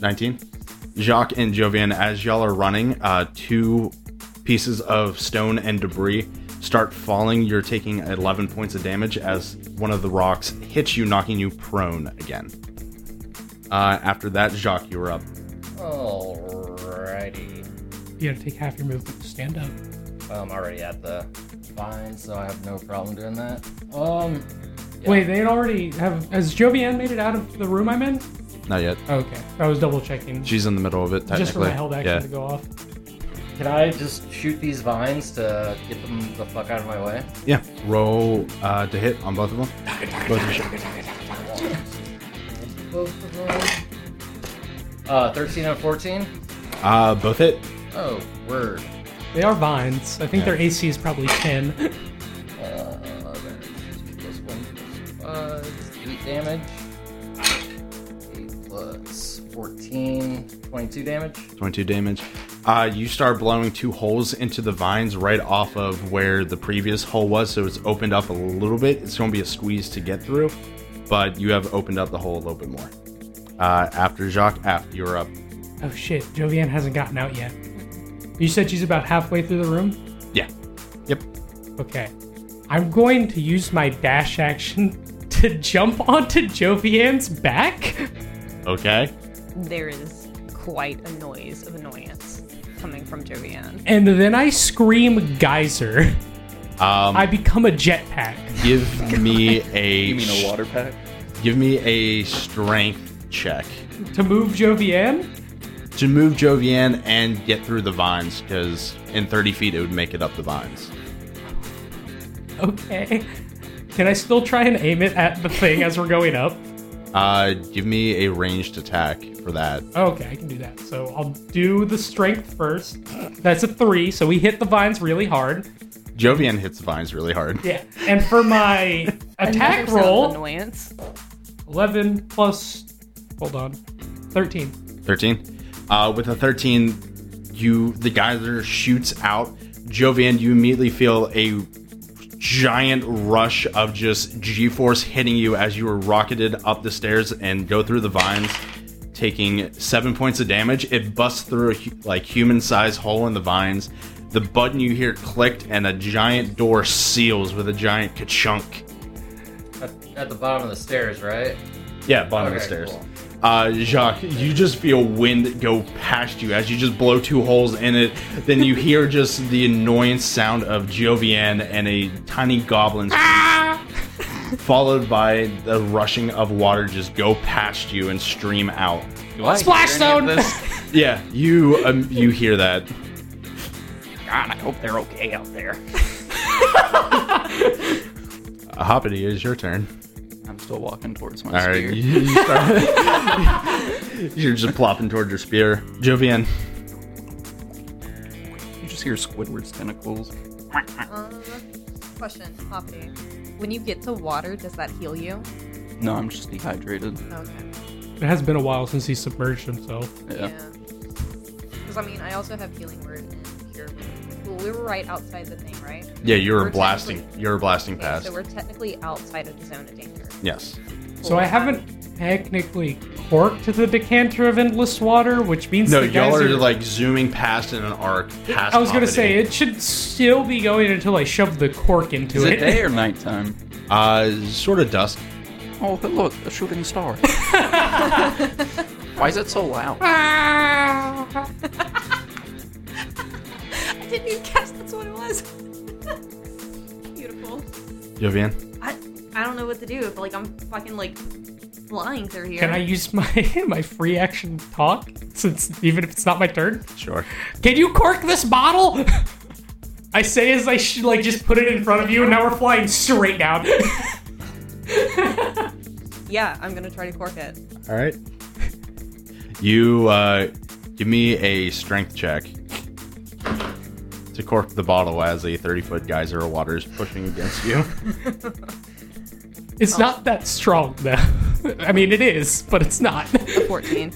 A: 19. Jacques and Jovian, as y'all are running, uh, two pieces of stone and debris start falling. You're taking 11 points of damage as one of the rocks hits you, knocking you prone again. Uh, after that, Jacques, you are up.
E: alrighty.
B: You gotta take half your movement to stand up.
E: I'm already at the vine, so I have no problem doing that. Um,
B: Wait, they had already have. Has Jovian made it out of the room I'm in?
A: Not yet.
B: Okay, I was double checking.
A: She's in the middle of it, technically.
B: Just for my held action
A: Yeah.
B: to go off.
E: can I just shoot these vines to get them the fuck out of my way?
A: Yeah. Roll uh, to hit on both of them. Both of you.
E: Uh, 13 and 14?
A: Uh, both hit.
E: Oh, word.
B: They are vines. I think
A: Yeah.
B: their AC is probably 10.
E: Uh, there's plus one, plus five, eight damage. Eight plus 14, 22 damage.
A: 22 damage. Uh, you start blowing two holes into the vines right off of where the previous hole was, so it's opened up a little bit. It's going to be a squeeze to get through, but you have opened up the hole a little bit more. Uh, after Jacques, after you're up.
B: Oh shit, Jovian hasn't gotten out yet. You said she's about halfway through the room?
A: Yeah. Yep.
B: Okay. I'm going to use my dash action to jump onto Jovian's back.
A: Okay.
D: There is quite a noise of annoyance coming from Jovian.
B: And then I scream geyser.
A: Um,
B: I become a jetpack.
A: give me a
C: You mean a water pack?
A: give me a strength check
B: To move Jovian?
A: to move Jovian and get through the vines because in 30 feet it would make it up the vines.
B: Okay. Can I still try and aim it at the thing as we're going up?
A: Uh, give me a ranged attack for that.
B: Okay, I can do that. So I'll do the strength first. That's a three, so we hit the vines really hard.
A: Jovian hits the vines really hard.
B: Yeah. And for my attack
D: Another sound of
B: roll,
D: Annoyance.
B: 11 plus, hold on, 13.
A: 13. Uh, with a 13, you the geyser shoots out, Jovian, you immediately feel a giant rush of just G force hitting you as you are rocketed up the stairs and go through the vines, taking seven points of damage. It busts through a hu- like human sized hole in the vines. The button you hear clicked, and a giant door seals with a giant ka-chunk.
E: At, at the bottom of the stairs, right?
A: Yeah, bottom of
E: Okay,
A: the stairs.
E: cool.
A: Uh, Jacques, you just feel wind go past you as you just blow two holes in it. Then you hear just the annoyance sound of Jovian and a tiny goblin
D: Ah.
A: scream, followed by the rushing of water just go past you and stream out.
C: Do I
B: Splash
C: hear any
B: zone!
C: of this?
A: Yeah, you um, you hear that.
C: God, I hope they're okay out there.
A: Uh, Hoppity, it is your turn.
C: I'm still walking towards my
A: All right,
C: spear.
A: you, you start- you're just plopping toward your spear. Jovian,
C: You just hear Squidward's tentacles.
F: Question, Hoppy. When you get to water, does that heal you?
C: No, I'm just dehydrated.
F: Okay.
B: It has been a while since he submerged himself.
C: Yeah.
F: Yeah. Because, I mean, I also have healing word and cure wounds. Well, we were right outside the thing, right?
A: yeah, you're
F: We're
A: blasting.
F: technically-
A: You're blasting
F: Okay,
A: past.
F: So we're technically outside of the zone of danger.
A: Yes.
B: So I haven't technically corked the decanter of endless water, which means
A: No,
B: the guys
A: y'all are
B: are-
A: like zooming past in an arc. Past
B: I was gonna
A: Hoppity.
B: say it should still be going until I shove the cork into
C: Is
B: it.
C: it day or nighttime?
A: uh, sort of dusk.
C: Oh, but look, a shooting star. Why is it so loud?
F: I didn't even catch that's what it was. Beautiful.
A: Jovian,
D: I, I don't know what to do if like I'm fucking like flying through here.
B: Can I use my my free action talk? Since even if it's not my turn,
A: sure.
B: can you cork this bottle? I say as I sh- like just put it in front of you, and now we're flying straight down.
D: Yeah, I'm gonna try to cork it.
A: All right. You uh, give me a strength check to cork the bottle as a thirty-foot geyser of water is pushing against you.
B: it's not that strong though. I mean, it is, but it's not.
F: 14.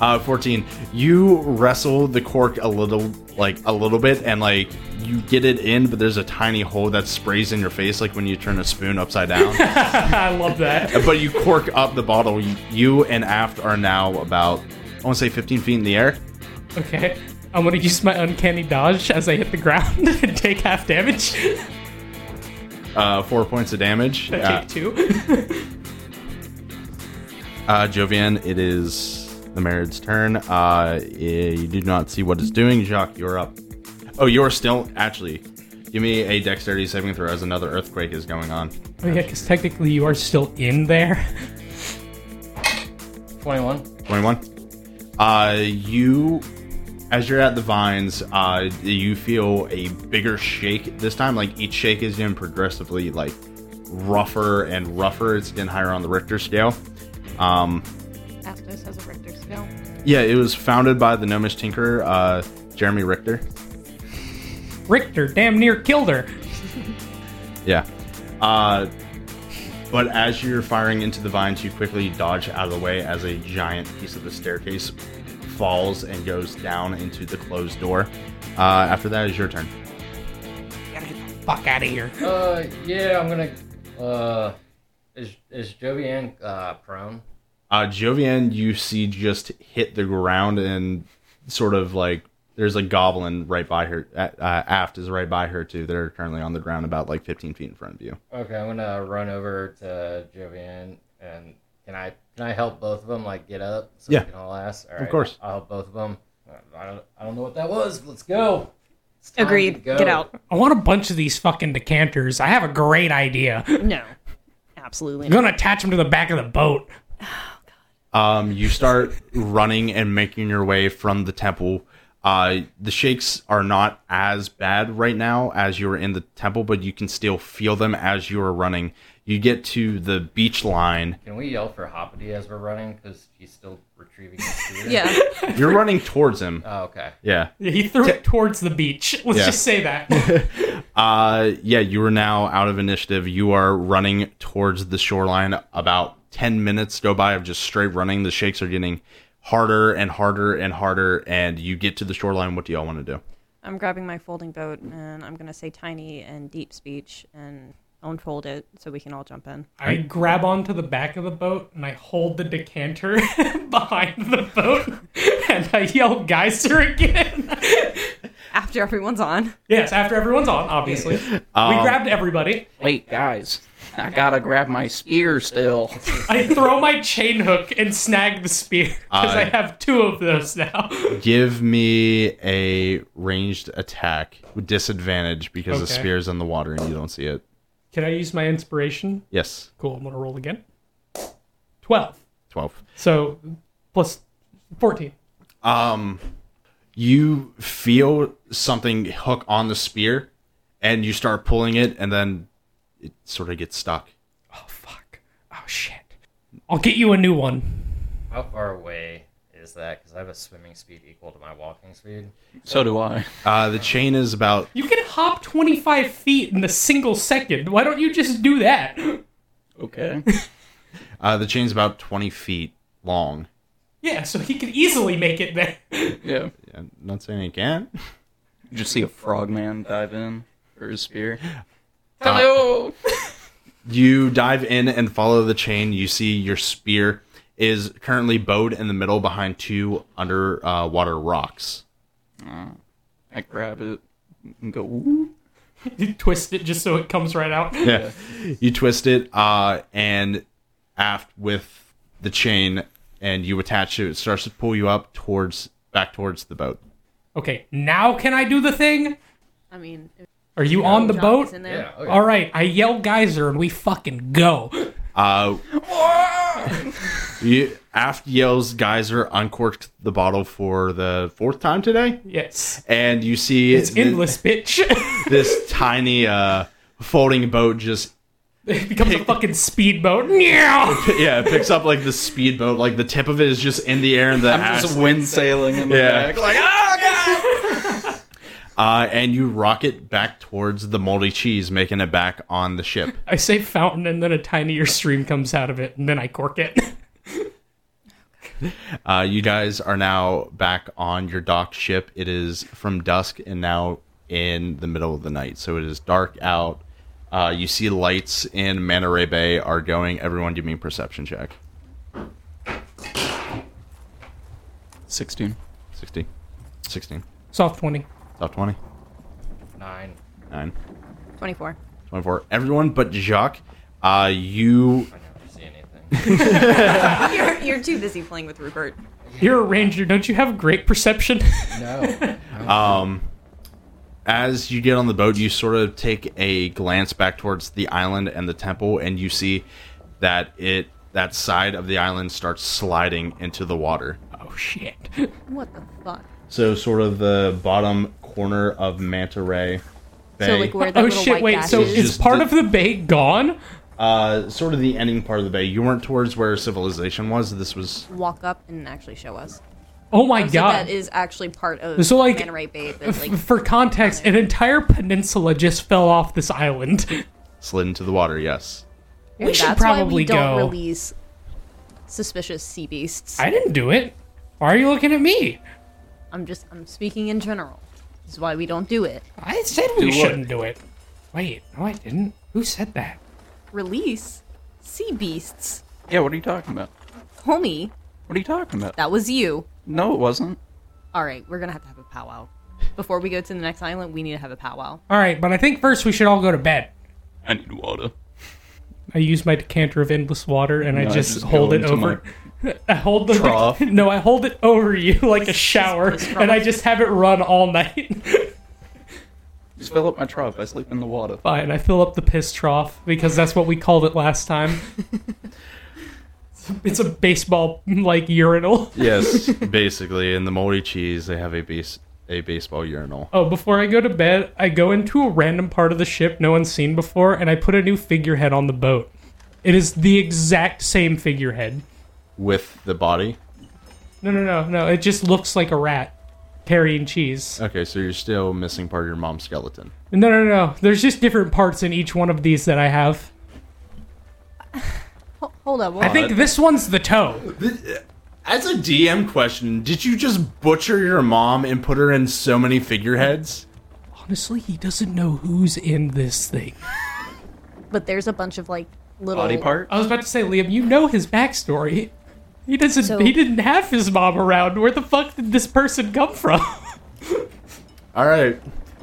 A: Uh, fourteen. You wrestle the cork a little, like a little bit, and like you get it in, but there's a tiny hole that sprays in your face, like when you turn a spoon upside down.
B: I love that.
A: but you cork up the bottle. You and Aft are now about, I want to say 15 feet in the air.
B: Okay, I'm gonna use my uncanny dodge as I hit the ground and take half damage.
A: Uh, four points of damage. Uh,
B: Take two.
A: uh, Jovian, it is the Merid's turn. Uh, eh, you do not see what it's doing. Jacques, you're up. Oh, you're still, actually. Give me a dexterity saving throw as another earthquake is going on.
B: Oh yeah, because technically you are still in there.
E: 21.
A: 21. Uh, you, as you're at the vines, uh, you feel a bigger shake this time. Like each shake is getting progressively like rougher and rougher. It's getting higher on the Richter scale. Um,
F: Astos has a Richter scale.
A: yeah, it was founded by the Gnomish Tinker, uh, Jeremy Richter.
B: Richter damn near killed her.
A: Yeah. Uh, but as you're firing into the vines, you quickly dodge out of the way as a giant piece of the staircase falls and goes down into the closed door. Uh, after that is your turn.
B: Gotta get the fuck out of here.
E: Uh, yeah, I'm gonna. Uh, is is Jovian uh prone?
A: Uh, Jovian, you see just hit the ground and sort of like there's a goblin right by her. Uh, uh, aft is right by her too. They're currently on the ground about like 15 feet in front of you.
E: Okay, I'm gonna run over to Jovian and can I can I help both of them like get up so
A: Yeah.
E: we can all ask? All right,
A: course.
E: I'll help both of them. I don't, I don't know what that was. Let's go. It's time to
D: Agreed.
E: go.
D: Get out.
B: I want a bunch of these fucking decanters. I have a great idea. I'm
D: No, absolutely not.
B: gonna attach them to the back of the boat.
A: Um, you start running and making your way from the temple. Uh, the shakes are not as bad right now as you were in the temple, but you can still feel them as you are running. You get to the beach line.
E: Can we yell for Hoppity as we're running because he's still retrieving his spear?
D: Yeah,
A: You're running towards him.
E: Oh, okay.
A: Yeah.
B: He threw it towards the beach. Let's
A: Yeah.
B: just say that.
A: Uh, yeah, you are now out of initiative. You are running towards the shoreline. About 10 minutes go by of just straight running. The shakes are getting harder and harder and harder, and you get to the shoreline. What do y'all want to do?
D: I'm grabbing my folding boat and I'm gonna say tiny and deep speech and unfold it so we can all jump in.
B: I grab onto the back of the boat and I hold the decanter behind the boat and I yell Geyser again.
D: After everyone's on.
B: yes, after everyone's on, obviously. we grabbed everybody.
C: Wait, guys, I gotta grab my spear still.
B: I throw my chain hook and snag the spear because
A: Uh,
B: I have two of those now.
A: Give me a ranged attack with disadvantage because the
B: Okay.
A: spear's in the water and you don't see it.
B: Can I use my inspiration?
A: Yes,
B: Cool, I'm gonna roll again. 12.
A: 12.
B: So, plus 14.
A: um, you feel something hook on the spear and you start pulling it and then it sort of gets stuck
B: Oh, fuck. Oh, shit. I'll get you a new one.
E: How far away is that? Because I have a swimming speed equal to my walking speed.
C: So do I.
A: uh, the chain is about
B: You can hop 25 feet in a single second. Why don't you just do that?
C: Okay.
A: uh, the chain's about 20 feet long
B: Yeah, so he could easily make it there.
C: Yeah.
A: I'm not saying it can
C: You just see a frogman dive in for his spear.
A: Uh,
C: Hello.
A: you dive in and follow the chain you see your spear is currently bowed in the middle behind two underwater rocks
C: I grab it and go. Woo.
B: You twist it just so it comes right out.
A: yeah. You twist it, uh, and aft with the chain, and you attach it. It starts to pull you up towards back towards the boat.
B: Okay, now can I do the thing?
F: I mean, if
B: Are you on the
F: John
B: boat?
F: was in there.
E: oh
B: All right, I yell geyser and we fucking go.
A: Uh,
C: Ah!
A: you, aft yells, "Geyser!" Uncorked the bottle for the fourth time today,
B: Yes.
A: and you see
B: It's endless, bitch.
A: this tiny uh, folding boat just
B: it becomes a fucking speedboat. Meow.
A: yeah it picks up like the speedboat. Like the tip of it is just in the air, and the
C: I'm just
A: axe-
C: wind sailing in the
A: Yeah.
C: back. Like, ah!
A: uh, and you rocket back towards the moldy cheese, making it back on the ship.
B: I say fountain and then a tinier stream comes out of it and then I cork it.
A: Uh, you guys are now back on your dock ship. It is from dusk and now in the middle of the night. So it is dark out. Uh, you see lights in Manta Bay are going. Everyone, give me a perception check.
C: 16.
A: 60. 16.
B: Soft 20.
A: Top 20.
E: Nine.
A: 9.
D: 24.
A: 24. Everyone but Jacques, uh, you.
E: I never see anything.
D: You're, you're too busy playing with Rupert.
B: You're a ranger. Don't you have great perception?
E: no.
A: Um, as you get on the boat, you sort of take a glance back towards the island and the temple, and you see that it that side of the island starts sliding into the water.
B: oh, shit.
F: What the fuck?
A: So sort of the bottom corner of Manta Ray Bay,
F: So like where that
B: Oh,
F: little
B: shit.
F: white
B: Wait,
F: dash
B: so
A: is
F: is.
B: is
A: just
B: part
A: the-
B: of the bay gone?
A: uh, sort of the ending part of the bay. You weren't towards where civilization was. This was
D: Walk up and actually show us.
B: Oh, my
D: So
B: God.
D: that is actually part of
B: So, like,
D: Manta Ray Bay, but like
B: For context, an entire peninsula just fell off this island.
A: slid into the water. Yes.
B: We should
D: that's why
B: probably
D: we
B: go.
D: don't release suspicious sea beasts.
B: I didn't do it. Why are you looking at me?
D: I'm just I'm speaking in general. This is why we don't do it.
B: I said we
C: what?
B: shouldn't do it. Wait, no, I didn't. Who said that?
D: Release sea beasts.
C: Yeah, what are you talking about?
D: Homie,
C: What are you talking about?
D: that was you.
C: No, it wasn't.
D: All right, we're gonna have to have a powwow. Before we go to the next island, we need to have a powwow.
B: All right, but I think first we should all go to bed.
C: I need water.
B: I use my decanter of endless water and I
C: No, I
B: just,
C: just
B: hold
C: go
B: it
C: into
B: over. I hold the
C: trough.
B: no, I hold it over you like a shower, and I just have it run all night.
C: Just fill up my trough. I sleep in the water.
B: Fine, I fill up the piss trough because that's what we called it last time. it's a baseball like urinal.
A: Yes. Basically, in the moldy cheese, they have a base a baseball urinal.
B: Oh, before I go to bed, I go into a random part of the ship no one's seen before, and I put a new figurehead on the boat. It is the exact same figurehead.
A: with the body.
B: No, no, no, no. It just looks like a rat carrying cheese.
A: Okay, so you're still missing part of your mom's skeleton.
B: No, no, no. There's just different parts in each one of these that I have.
D: Ho- hold up,
B: I think this one's the toe.
A: As a DM question, did you just butcher your mom and put her in so many figureheads?
B: Honestly, he doesn't know who's in this thing.
F: But there's a bunch of like little
C: Body part?
B: I was about to say, Liam, you know his backstory. He doesn't.
D: So-
B: he didn't have his mom around. Where the fuck did this person come from?
A: All right.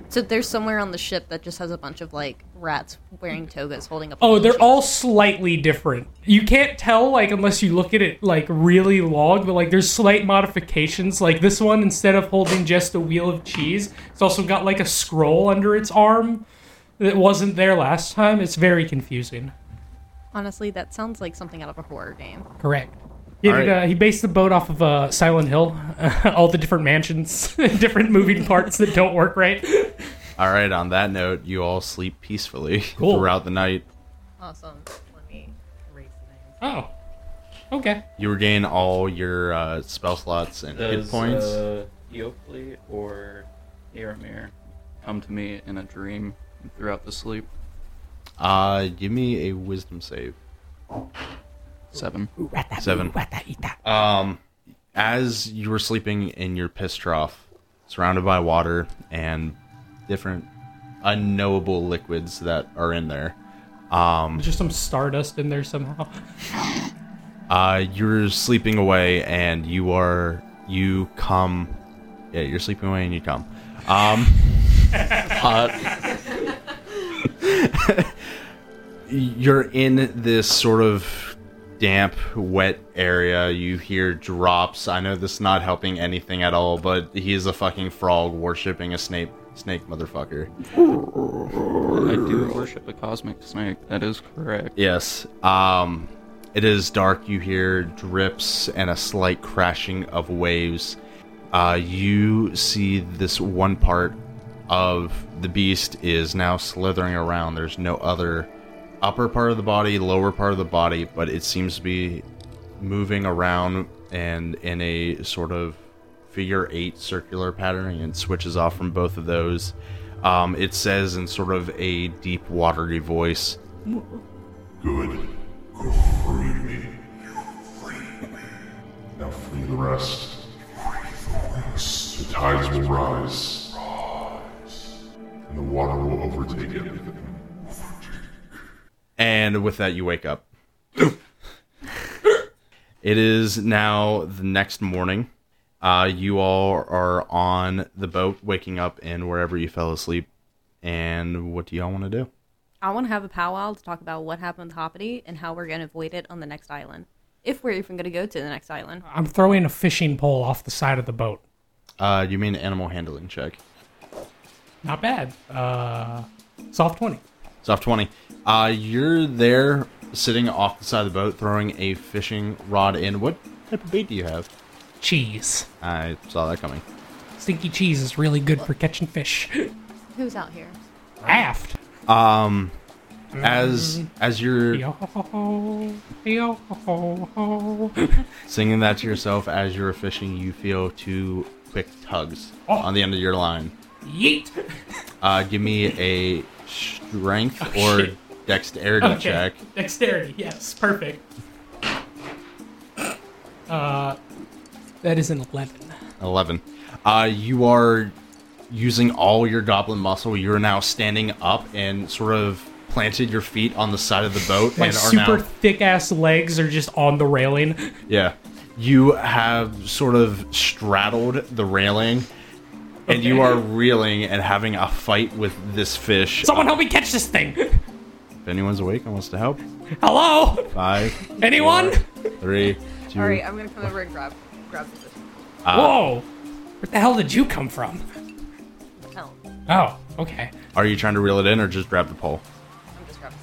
F: So there's somewhere on the ship that just has a bunch of like rats wearing togas holding up.
B: Oh, they're all slightly different. You can't tell like unless you look at it like really long, but like there's slight modifications. Like this one, instead of holding just a wheel of cheese, it's also got like a scroll under its arm that wasn't there last time. It's very confusing.
F: Honestly, that sounds like something out of a horror game.
B: Correct. He,
A: All
B: did,
A: right.
B: uh, he based the boat off of uh, Silent Hill, all the different mansions, different moving parts that don't work right.
A: All right, on that note, you all sleep peacefully
B: Cool.
A: throughout the night.
F: Awesome. Let me raise the
B: Oh, okay.
A: You regain all your uh, spell slots and hit points.
C: Uh, Eopli or Aramir come to me in a dream throughout the sleep.
A: Uh, give me a wisdom save.
C: Seven.
A: Seven. Um, as you were sleeping in your piss trough, surrounded by water and different unknowable liquids that are in there,
B: There's just some stardust in there somehow.
A: uh, you're sleeping away and you are you come. Yeah, you're sleeping away and you come. Um,
C: Hot.
A: you're in this sort of damp, wet area. You hear drops. I know this is not helping anything at all, but he is a fucking frog worshipping a snake snake motherfucker.
C: I do worship a cosmic snake. That is correct.
A: Yes. Um, it is dark. You hear drips and a slight crashing of waves. Uh, you see this one part of the beast is now slithering around. There's no other upper part of the body, lower part of the body, but it seems to be moving around and in a sort of figure eight circular pattern and switches off from both of those. Um, it says in sort of a deep, watery voice,
G: Good. Go free me. You free me. Now free the rest. Free the rest. The tides will rise. Rise. And the water will overtake everything.
A: And with that, you wake up. it is now the next morning. Uh, you all are on the boat, waking up in wherever you fell asleep. And what do y'all want to do?
F: I want to have a powwow to talk about what happened with Hoppity and how we're going to avoid it on the next island. If we're even going to go to the next island.
B: I'm throwing a fishing pole off the side of the boat.
A: Uh, you mean animal handling check?
B: Not bad. Uh, soft twenty.
A: It's off 20. Uh, you're there sitting off the side of the boat, throwing a fishing rod in. What type of bait do you have?
B: Cheese.
A: I saw that coming.
B: Stinky cheese is really good for catching fish.
F: Who's out here?
B: Aft.
A: As as you're
B: Yo ho ho. Yo ho ho.
A: Singing that to yourself as you're fishing, you feel two quick tugs
B: Oh.
A: on the end of your line.
B: Yeet.
A: Uh, give me a strength
B: Oh,
A: or
B: shit.
A: dexterity
B: Okay.
A: check.
B: Dexterity. Yes. Perfect. Uh, that is an eleven.
A: 11. Uh, you are using all your goblin muscle. You're now standing up and sort of planted your feet on the side of the boat
B: My
A: and are
B: super
A: now
B: thick ass legs are just on the railing.
A: Yeah. You have sort of straddled the railing and you
B: Okay.
A: are reeling and having a fight with this fish.
B: Someone help me catch this thing.
A: If anyone's awake and wants to help,
B: Hello.
A: Five.
B: Anyone?
A: four, three, two.
F: All right, I'm going to come over and grab grab the fish.
A: Uh,
B: Whoa. Where the hell did you come from?
F: Hell,
B: Oh. Okay.
A: Are you trying to reel it in or just grab the pole?
F: I'm just grabbing.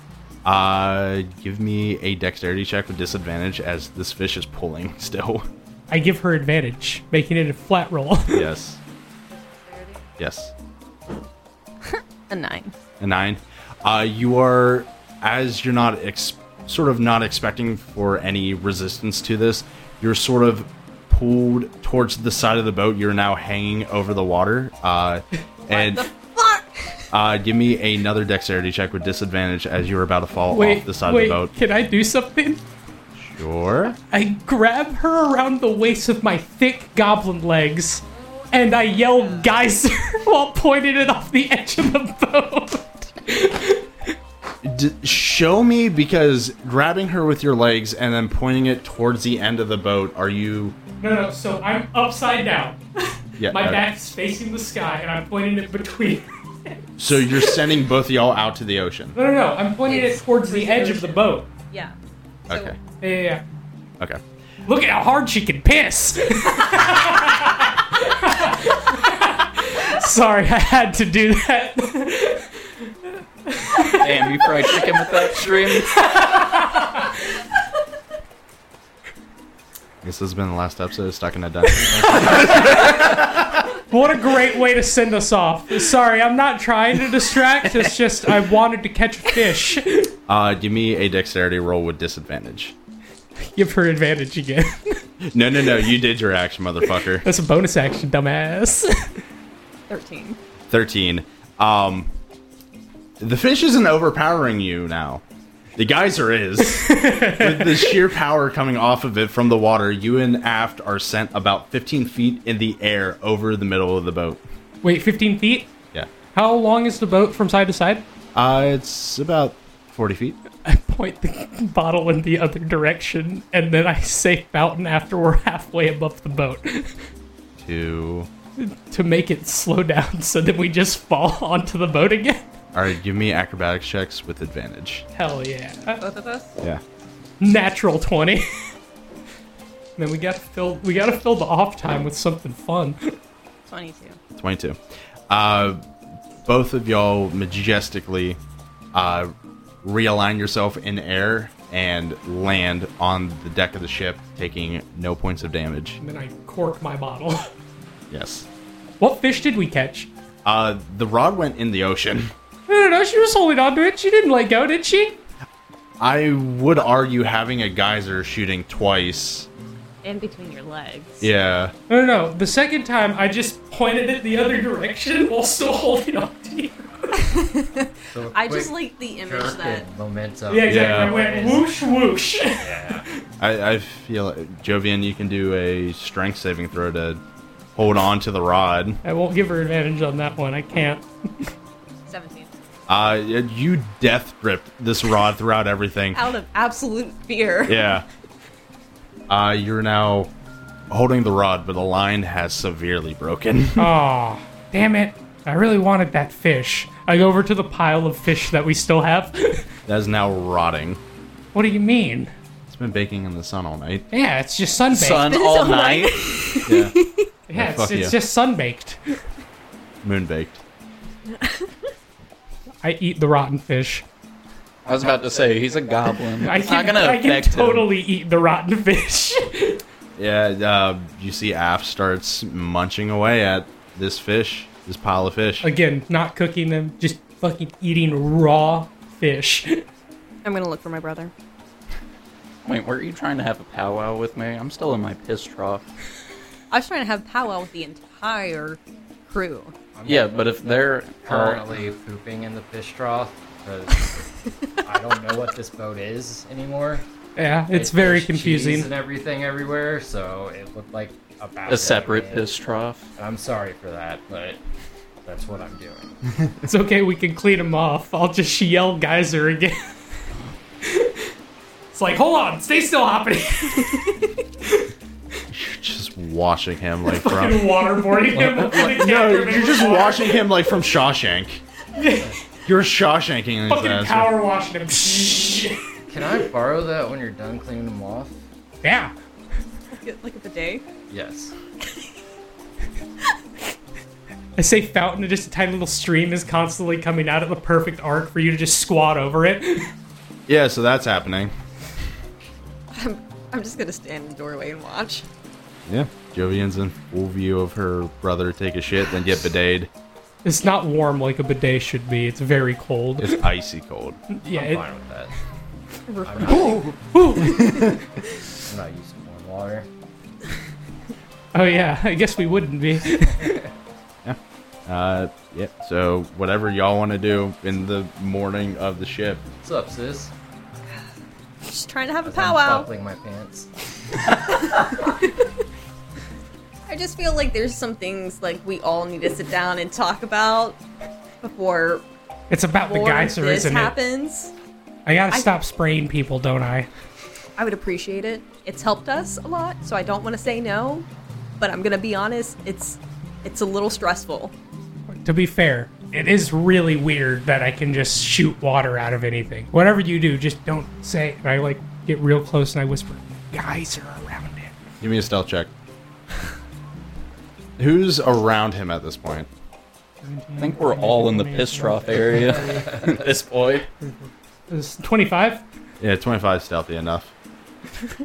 A: Uh, give me a dexterity check with disadvantage as this fish is pulling still.
B: I give her advantage, making it a flat roll.
A: yes. Yes.
F: A nine.
A: A nine. Uh, you are, as you're not ex- sort of not expecting for any resistance to this, you're sort of pulled towards the side of the boat. You're now hanging over the water. Uh, and
F: Fuck!
A: uh, give me another dexterity check with disadvantage as you're about to fall
B: wait.
A: off the side of
B: wait.
A: the boat.
B: Can I do something?
A: Sure.
B: I grab her around the waist with my thick goblin legs, and I yell geyser while pointing it off the edge of the boat.
A: D- show me because grabbing her with your legs and then pointing it towards the end of the boat. Are you?
B: No, no, so I'm upside down.
A: Yeah. uh,
B: My
A: okay.
B: back's facing the sky, and I'm pointing it between.
A: So you're sending both of y'all out to the ocean.
B: No, no, no, I'm pointing it towards the edge of the boat.
D: Yeah.
A: Okay.
B: Yeah, yeah, yeah.
A: Okay.
B: Look at how hard she can piss. Sorry, I had to do that.
C: Damn, you fried chicken with that stream.
A: This has been the last episode of Stuck in a Dungeon.
B: What a great way to send us off. Sorry, I'm not trying to distract. It's just I wanted to catch a fish.
A: Uh, give me a dexterity roll with disadvantage.
B: Give her advantage again.
A: No, no, no. You did your action, motherfucker.
B: That's a bonus action, dumbass.
F: 13.
A: 13. Um, the fish isn't overpowering you now. The geyser is. With the sheer power coming off of it from the water, you and Aft are sent about 15 feet in the air over the middle of the boat.
B: Wait, 15 feet?
A: Yeah.
B: How long is the boat from side to side?
A: Uh, it's about 40 feet.
B: I point the bottle in the other direction, and then I say fountain after we're halfway above the boat
A: Two.
B: to make it slow down so that we just fall onto the boat again.
A: All right, give me acrobatics checks with advantage.
B: Hell yeah.
D: Both of us?
A: Yeah.
B: Natural 20. Then we gotta fill we gotta fill the off time with something fun.
D: 22.
A: 22. Uh, both of y'all majestically uh, realign yourself in air and land on the deck of the ship, taking no points of damage.
B: And then I cork my bottle.
A: Yes.
B: What fish did we catch?
A: Uh, the rod went in the ocean.
B: No, no, no, she was holding onto it. She didn't let go, did she?
A: I would argue having a geyser shooting twice.
F: In between your legs.
A: Yeah.
B: No, no, no. The second time, I just pointed it the other direction while still holding on to you.
E: So
D: I
E: quick
D: just like the image
E: jerk
D: that.
E: and momentum.
B: Yeah, exactly. I
A: Yeah.
B: went whoosh, whoosh.
A: I, I feel Jovian, you can do a strength saving throw to hold on to the rod.
B: I won't give her advantage on that one. I can't.
D: 17.
A: Uh, you death grip this rod throughout everything.
D: Out of absolute fear.
A: Yeah. Uh, you're now holding the rod, but the line has severely broken.
B: Oh, damn it. I really wanted that fish. I go over to the pile of fish that we still have.
A: that is now rotting.
B: what do you mean?
A: It's been baking in the sun all night.
B: Yeah, it's just sunbaked.
C: Sun all night.
A: Yeah.
B: yeah,
A: fuck
B: it's, it's
A: you.
B: just sunbaked.
A: Moon baked.
B: I eat the rotten fish.
C: I was about to say he's a goblin.
B: I
C: It's
B: can,
C: not gonna
B: I can
C: affect him.
B: totally eat the rotten fish.
A: Yeah, uh, you see Aft starts munching away at this fish, this pile of fish.
B: Again, not cooking them, just fucking eating raw fish.
F: I'm gonna look for my brother.
C: Wait, were you trying to have a powwow with me? I'm still in my piss trough.
D: I was trying to have powwow with the entire crew.
C: Yeah, but if they're are
E: currently pooping in the fish trough because I don't know what this boat is anymore.
B: Yeah, it's
E: It-
B: very
E: there's cheese
B: confusing.
E: and everything everywhere, so it looked like a
C: a
E: basket
C: separate
E: again.
C: piss trough,
E: I'm sorry for that, but that's what I'm doing.
B: It's okay, we can clean them off. I'll just yell geyser again. it's like, hold on, stay still, Hoppity.
A: Just washing him like
B: Fucking
A: from.
B: waterboarding him. with the
A: No,
B: camera,
A: you're
B: man.
A: just washing him like from Shawshank. You're Shawshanking his
B: Fucking
A: ass.
B: power washing him.
E: Can I borrow that when you're done cleaning them off?
B: yeah.
D: Like a bidet?
E: Yes.
B: I say fountain, and just a tiny little stream is constantly coming out at the perfect arc for you to just squat over it.
A: Yeah, so that's happening.
D: I'm just gonna stand in the doorway and watch.
A: Yeah. Jovian's in full view of her brother take a shit, then get bideted.
B: It's not warm like a bidet should be. It's very cold.
A: It's icy cold.
B: yeah,
E: I'm
B: it-
E: fine with that. I'm not, I'm not used to warm water.
B: oh yeah. I guess we wouldn't be.
A: Uh, yep. So whatever y'all want to do in the morning of the ship,
E: What's up, sis?
D: Just trying to have a
E: I'm
D: powwow.
E: buckling my pants.
D: I just feel like there's some things like we all need to sit down and talk about before
B: It's about the
D: more of
B: geyser,
D: this
B: isn't it?
D: happens.
B: I gotta stop spraying people, don't I?
D: I would appreciate it. It's helped us a lot, so I don't want to say no, but I'm gonna be honest. It's it's a little stressful.
B: To be fair, it is really weird that I can just shoot water out of anything. Whatever you do, just don't say. And I like get real close and I whisper, "Geyser around it."
A: Give me a stealth check. Who's around him at this point?
C: I think we're all in the piss trough area at this point.
B: It's 25.
A: Yeah, 25 stealthy enough.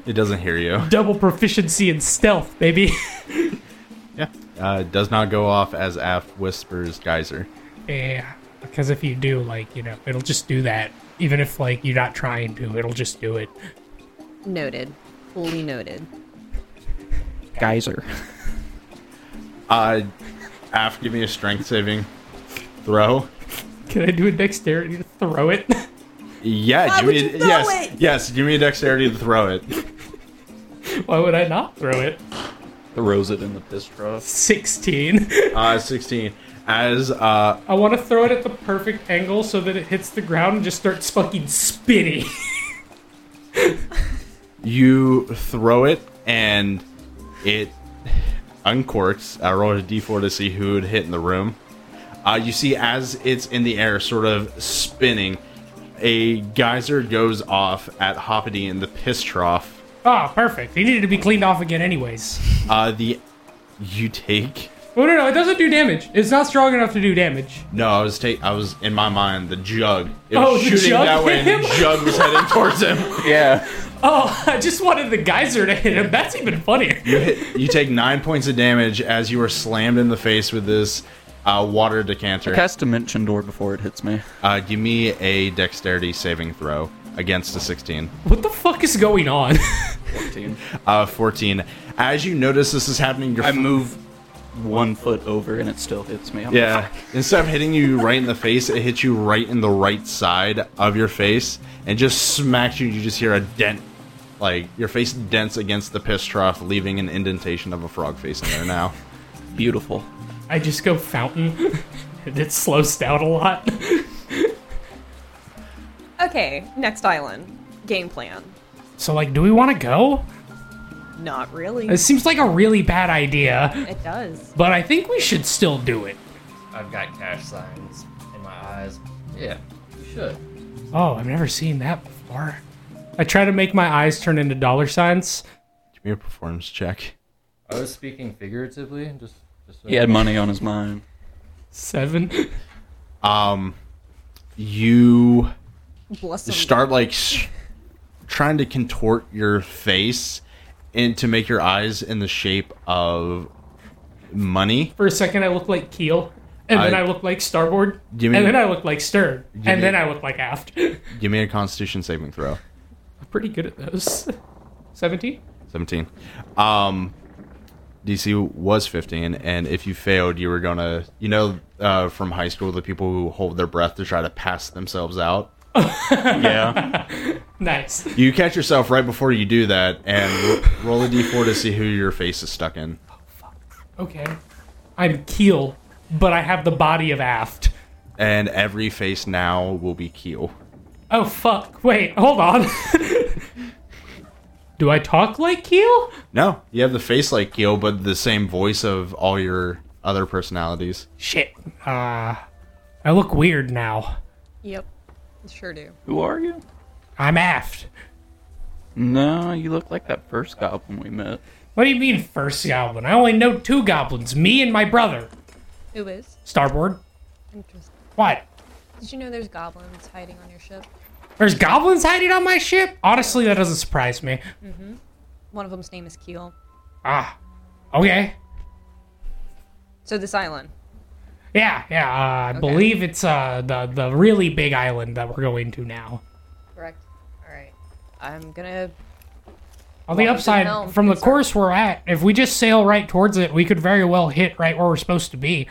A: It doesn't hear you.
B: Double proficiency in stealth, baby.
A: Yeah. Uh, it does not go off as Aft whispers Geyser.
B: yeah, because if you do, like you know, it'll just do that. Even if like you're not trying to, it'll just do it.
D: Noted. Fully noted.
C: Geyser.
A: Uh, Aft, give me a strength saving throw.
B: Can I do a dexterity to throw it?
A: Yeah,
D: Why
A: give
D: would
A: me
D: you throw
A: yes,
D: it?
A: yes, give me a dexterity to throw it.
B: Why would I not throw it?
C: Throws it in the piss trough.
B: 16.
A: Uh, 16. As uh,
B: I want to throw it at the perfect angle so that it hits the ground and just starts fucking spinning.
A: you throw it and it uncorks. I rolled a d4 to see who would hit in the room. Uh, you see, as it's in the air, sort of spinning, a geyser goes off at Hoppity in the piss trough.
B: Ah, perfect. He needed to be cleaned off again, anyways.
A: Uh, the you take
B: Oh, no, no, it doesn't do damage. It's not strong enough to do damage.
A: no. I was take. I was in my mind the jug. It
B: Oh,
A: was
B: the
A: shooting
B: jug
A: that way,
B: hit
A: and the
B: him?
A: jug was heading towards him.
C: Yeah.
B: Oh, I just wanted the geyser to hit him. That's even funnier.
A: You, hit, you take nine points of damage as you are slammed in the face with this uh, water decanter.
C: Cast Dimension Door before it hits me.
A: Uh, give me a dexterity saving throw against a 16.
B: What the fuck is going on?
A: Uh, 14. As you notice this is happening, your
C: I move one foot over and it still hits me. I'm like,
A: Yeah. Instead of hitting you right in the face, it hits you right in the right side of your face and just smacks you. You just hear a dent. Like, your face dents against the piss trough, leaving an indentation of a frog face in there now.
C: Beautiful.
B: I just go fountain. and it slows down a lot.
D: Okay, next island. Game plan.
B: So, like, do we want to go?
D: Not really.
B: It seems like a really bad idea,
D: It does.
B: but I think we should still do it.
E: I've got cash signs in my eyes. Yeah, you should.
B: Oh, I've never seen that before. I try to make my eyes turn into dollar signs.
A: Give me a performance check.
E: I was speaking figuratively. Just, just so
C: He had money on his mind.
B: Seven.
A: You
D: Bless 'em.
A: start like sh- trying to contort your face and to make your eyes in the shape of money.
B: For a second, I look like keel, and then
A: I-
B: I look like starboard,
A: You mean-
B: and then I look like stern, and
A: mean-
B: then I look like aft. I'm
A: Give me a Constitution saving throw.
B: pretty good at those. Seventeen.
A: 17. Um, DC was 15, and if you failed, you were gonna, you know, uh, from high school, the people who hold their breath to try to pass themselves out.
C: Yeah.
B: Nice.
A: You catch yourself right before you do that, and ro- roll a d4 to see who your face is stuck in.
B: Okay. I'm keel, but I have the body of aft.
A: And every face now will be keel.
B: Oh fuck! Wait, hold on. Do I talk like keel?
A: No, you have the face like Keel, but the same voice of all your other personalities.
B: Shit. Uh, I look weird now.
D: Yep. Sure do.
C: Who are you?
B: I'm aft.
C: No, you look like that first goblin we met.
B: What do you mean first goblin? I only know two goblins, me and my brother.
D: Who is?
B: Starboard.
D: Interesting.
B: What?
D: Did you know there's goblins hiding on your ship?
B: There's goblins hiding on my ship? Honestly, that doesn't surprise me.
D: One of them's name is Keel.
B: Ah. Okay.
D: So this island.
B: Yeah, yeah. Uh, I believe it's uh the the really big island that we're going to now.
D: Correct. All right. I'm gonna.
B: On the
D: Well,
B: upside,
D: no,
B: from the
D: it's our-
B: course we're at, if we just sail right towards it, we could very well hit right where we're supposed to be.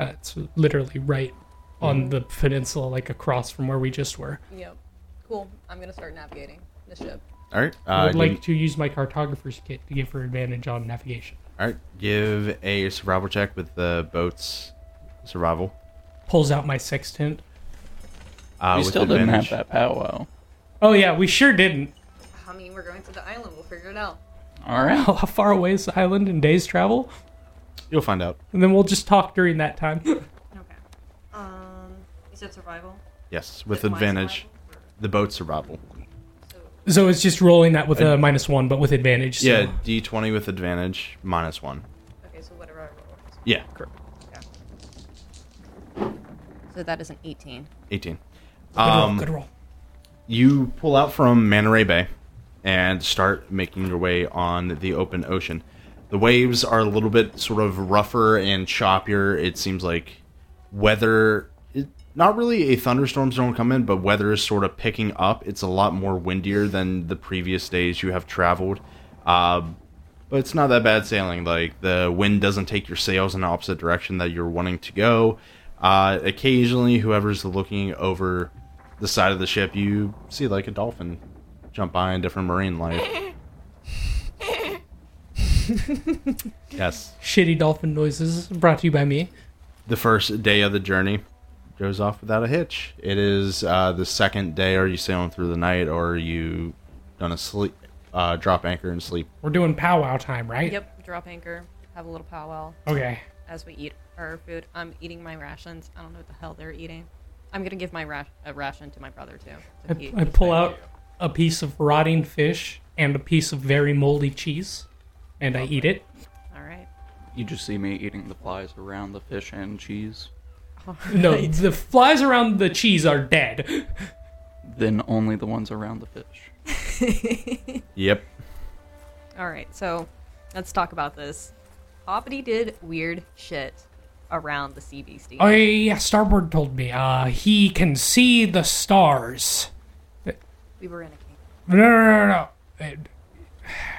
B: Uh, it's literally right
D: Mm-hmm.
B: on the peninsula, like across from where we just were.
D: Yep. Cool. I'm gonna start navigating. the ship.
A: All right.
B: I
A: Uh,
B: would
A: give,
B: like to use my cartographer's kit to give her advantage on navigation.
A: all right. Give a survival check with the boat's survival.
B: Pulls out my sextant.
A: Uh,
C: we
A: with
C: still didn't have
A: advantage.
C: that powwow.
B: Oh yeah, we sure didn't.
D: I mean, we're going to the island. We'll figure it out.
C: All right.
B: How far away is the island in days travel?
A: You'll find out.
B: And then we'll just talk during that time.
D: Okay. Um, you said survival.
A: Yes, with advantage. The boat's survival.
B: so it's just rolling that with a minus one, but with advantage. so-
A: Yeah, d20 with advantage, minus one.
D: Okay, so whatever I roll.
A: Yeah, correct.
F: So that is an 18.
A: 18.
B: Good roll,
A: Um,
B: good roll.
A: you pull out from Manoray Bay and start making your way on the open ocean. The waves are a little bit sort of rougher and choppier. It seems like weather, it, not really a thunderstorms don't come in, but weather is sort of picking up. It's a lot more windier than the previous days you have traveled. Uh, but it's not that bad sailing. Like the wind doesn't take your sails in the opposite direction that you're wanting to go. Uh, occasionally, whoever's looking over the side of the ship, you see like a dolphin jump by in different marine life. yes,
B: Shitty dolphin noises brought to you by me.
A: the first day of the journey goes off without a hitch. It is uh, the second day. Are you sailing through the night, or are you gonna sleep? Uh, drop anchor and sleep.
B: We're doing powwow time, right?
F: Yep, drop anchor, have a little powwow
B: Okay.
F: as we eat our food. I'm eating my rations. I don't know what the hell they're eating. I'm gonna give my ra- a ration to my brother too. so
B: I,
F: he-
B: I pull out a piece of rotting fish and a piece of very moldy cheese, and I eat it.
F: All right.
C: You just see me eating the flies around the fish and cheese.
B: No, the flies around the cheese are dead.
C: Then only the ones around the fish.
A: Yep.
F: All right, so let's talk about this. Hoppity did weird shit around the sea beastie.
B: Oh yeah, yeah, starboard told me. Uh, he can see the stars.
F: We were in a cave.
B: No, no, no, no. no. It-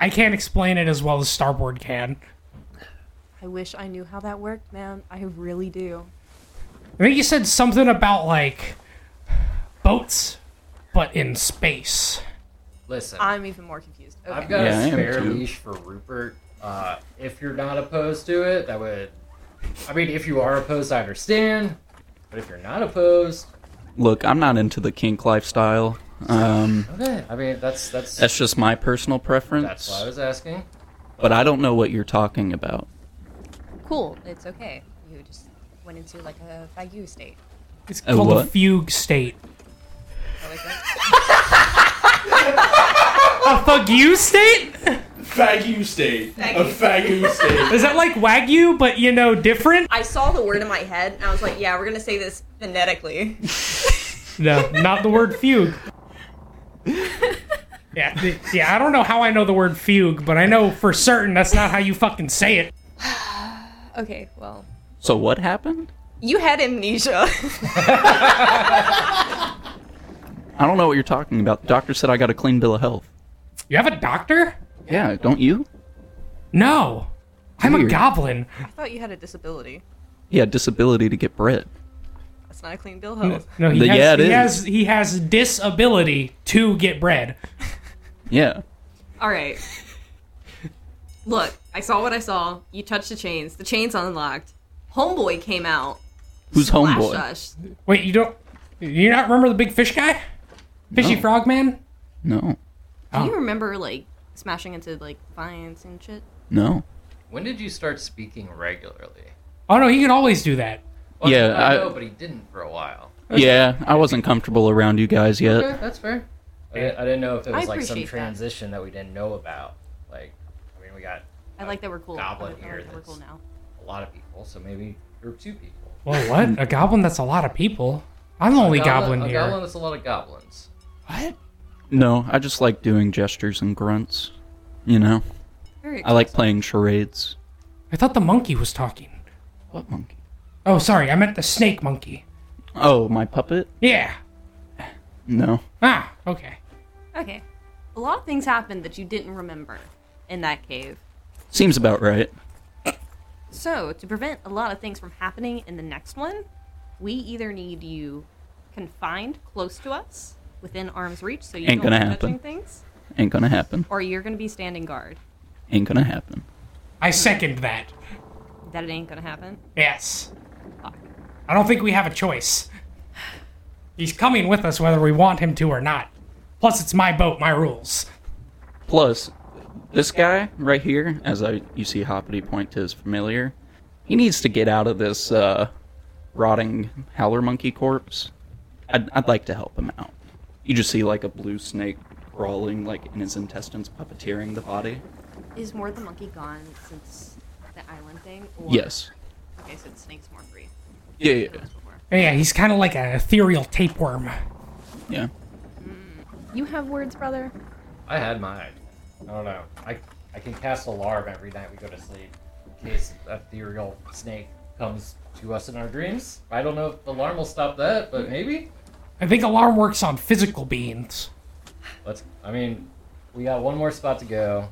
B: I can't explain it as well as starboard can.
F: I wish I knew how that worked, man. I really do.
B: I think you said something about like boats, but in space.
E: Listen,
F: I'm even more confused. Okay.
E: I've got
C: Yeah, I
E: a
C: am
E: spare
C: too.
E: leash for Rupert. Uh, if you're not opposed to it, that would. I mean, if you are opposed, I understand. But if you're not opposed,
C: Look, I'm not into the kink lifestyle. Um,
E: okay. I mean, that's that's that's,
C: that's just my personal preference.
E: why I was asking.
C: But I don't know what you're talking about.
F: cool. It's okay. You just went into like a Fagu state.
B: It's
C: A
B: called a
C: what?
B: fugue state.
F: I like that.
B: A fuck you state?
A: Fagu state. A fagu state.
B: Is that like wagyu, but you know different?
D: I saw the word in my head, and I was like, "Yeah, we're gonna say this phonetically."
B: No, not the word fugue. Yeah, th- yeah. I don't know how I know the word fugue, but I know for certain that's not how you fucking say it.
D: okay, well,
C: So what happened?
D: you had amnesia.
C: I don't know what you're talking about. The doctor said I got a clean bill of health.
B: You have a doctor?
C: Yeah, don't you?
B: No, I'm a
C: Weird.
B: goblin.
F: I thought you had a disability.
C: Yeah, disability to get bread.
F: That's not a clean bill house.
B: No, he
C: The-
B: has,
C: yeah, it
B: he
C: is.
B: has he has disability to get bread.
C: Yeah.
F: All right. Look, I saw what I saw. You touched the chains. The chains unlocked. Homeboy came out.
C: Who's
F: Flashed
C: homeboy?
F: us.
B: Wait, you don't? You not remember the big fish guy? Fishy
C: No.
B: frog man?
C: No.
F: Do you remember like smashing into like vines and shit?
C: No.
E: When did you start speaking regularly?
B: Oh no, he can always do that.
E: Well,
C: Yeah,
E: I
C: I-
E: know, but he didn't for a while.
C: Yeah, I wasn't comfortable around you guys yet.
E: Okay, that's fair. I didn't, I didn't know if it
F: I
E: was like some
F: appreciate that.
E: transition that. we didn't know about. Like, I mean, we got
F: I like that we're cool.
E: Goblin
F: I like
E: here
F: that we're
E: that's-
F: cool now.
E: a lot of people, so maybe there were two people.
B: Well, what? a goblin? That's a lot of people. I'm the only goblin,
E: a
B: here.
E: goblin that's a lot of goblins.
B: What?
C: No, I just like doing gestures and grunts. You know,
F: Very
C: I like playing charades.
B: I thought the monkey was talking.
C: What monkey?
B: Oh, sorry, I meant the snake monkey.
C: Oh, my puppet?
B: Yeah.
C: No.
B: Ah, okay.
F: Okay. A lot of things happened that you didn't remember in that cave.
C: Seems about right.
F: So, to prevent a lot of things from happening in the next one, we either need you confined close to us
D: within arm's reach, so you
C: Ain't
D: don't
C: gonna
D: be touching
C: happen.
D: things,
C: Ain't gonna happen.
D: or you're gonna be standing guard.
C: Ain't gonna happen.
B: I second that.
D: That it ain't gonna happen.
B: Yes. I don't think we have a choice. He's coming with us whether we want him to or not. Plus, it's my boat, my rules.
C: Plus, this guy right here, as I you see Hoppity point to his familiar, he needs to get out of this uh, rotting howler monkey corpse. I'd, I'd like to help him out. You just see like a blue snake crawling like in his intestines, puppeteering the body.
D: Is more the monkey gone since the island thing? Or...
C: Yes.
D: Okay, so the snake's more free.
C: Yeah, yeah, yeah.
B: Yeah, he's kind of like an ethereal tapeworm.
C: yeah.
D: You have words, brother.
E: I had mine. I don't know. I I can cast alarm every night we go to sleep in case ethereal snake comes to us in our dreams. I don't know if alarm will stop that, but maybe.
B: I think alarm works on physical beings.
E: Let's. I mean, we got one more spot to go.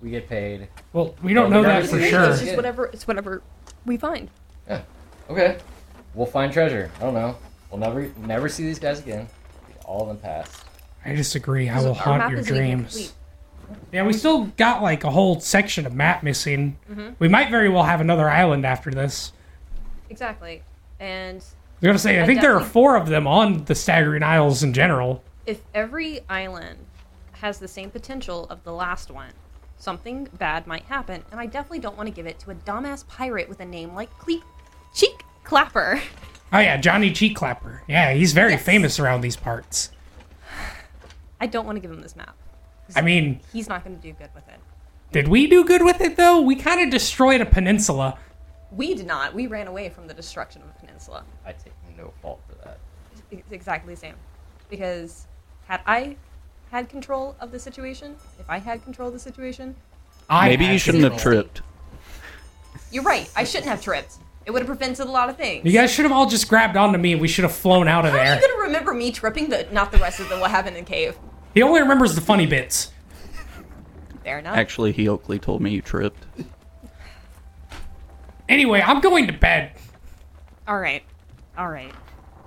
E: We get paid.
B: Well, we don't
E: Well,
B: know that
E: regardless
B: for
E: of-
B: sure.
D: It's just whatever. It's whatever we find.
E: Yeah. Okay. We'll find treasure. I don't know. We'll never never see these guys again. All of them passed.
B: I disagree. I will
D: Our
B: haunt
D: map
B: your
D: isn't even complete.
B: dreams. Yeah, we still got like a whole section of map missing.
D: Mm-hmm.
B: We might very well have another island after this.
D: Exactly.
B: I
D: And
B: was gonna say, I,
D: I
B: think there are
D: definitely-
B: four of them on the Staggering Isles in general.
D: if every island has the same potential of the last one, something bad might happen, and I definitely don't want to give it to a dumbass pirate with a name like Cleek Cheek Clapper.
B: Oh yeah, Johnny Cheek Clapper. Yeah, he's very
D: Yes.
B: famous around these parts.
D: I don't want to give him this map.
B: I mean,
D: He's not going to do good with it.
B: did we do good with it though? We kind of destroyed a peninsula.
D: We did not. We ran away from the destruction of the peninsula.
E: I take no fault for that.
D: It's exactly the same. Because had I had control of the situation, if I had control of the situation,
B: I
C: Maybe you
B: had
C: shouldn't have
D: control.
C: tripped.
D: you're right. I shouldn't have tripped. It would have prevented a lot of things.
B: You guys should have all just grabbed onto me and we should have flown out of
D: How are
B: there.
D: you going to remember me tripping, but not the rest of the what happened in the cave?
B: He only remembers the funny bits.
D: Fair enough.
C: Actually, he Oakley told me you tripped.
B: Anyway, I'm going to bed.
D: All right. All right.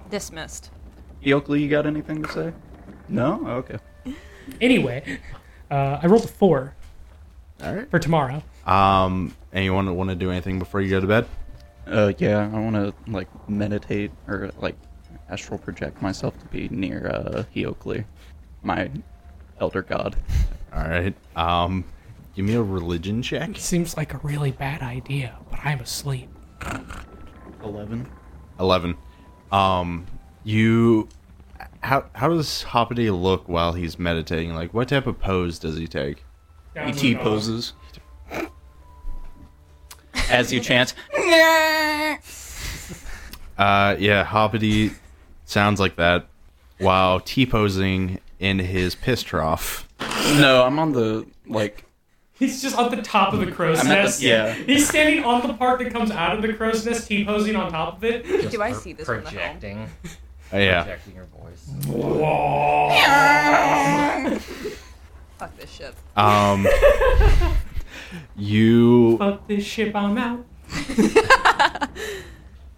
D: Dismissed.
C: He Oakley, you got anything to say? No. Okay.
B: Anyway, uh, I rolled a four
A: All right.
B: for tomorrow.
A: Um, anyone want to do anything before you go to bed?
C: Uh, yeah, I want to like meditate or like astral project myself to be near uh Heokli, my elder god.
A: All right. Um, give me a religion check.
B: Seems like a really bad idea, but I'm asleep.
C: Eleven.
A: 11 um you how how does hoppity look while he's meditating like what type of pose does he take
C: Et E poses. As you chant,
A: uh yeah hoppity sounds like that while t-posing in his piss trough
C: no, I'm on the like.
B: He's just on the top of the crow's
C: I'm at the-
B: nest.
C: yeah.
B: He's standing on the part that comes out of the crow's nest, T posing on top of it.
D: Do I see this from the home?
E: projecting,
A: Uh, yeah
E: projecting your voice.
D: Fuck this shit.
A: um you
B: Fuck this ship, I'm out.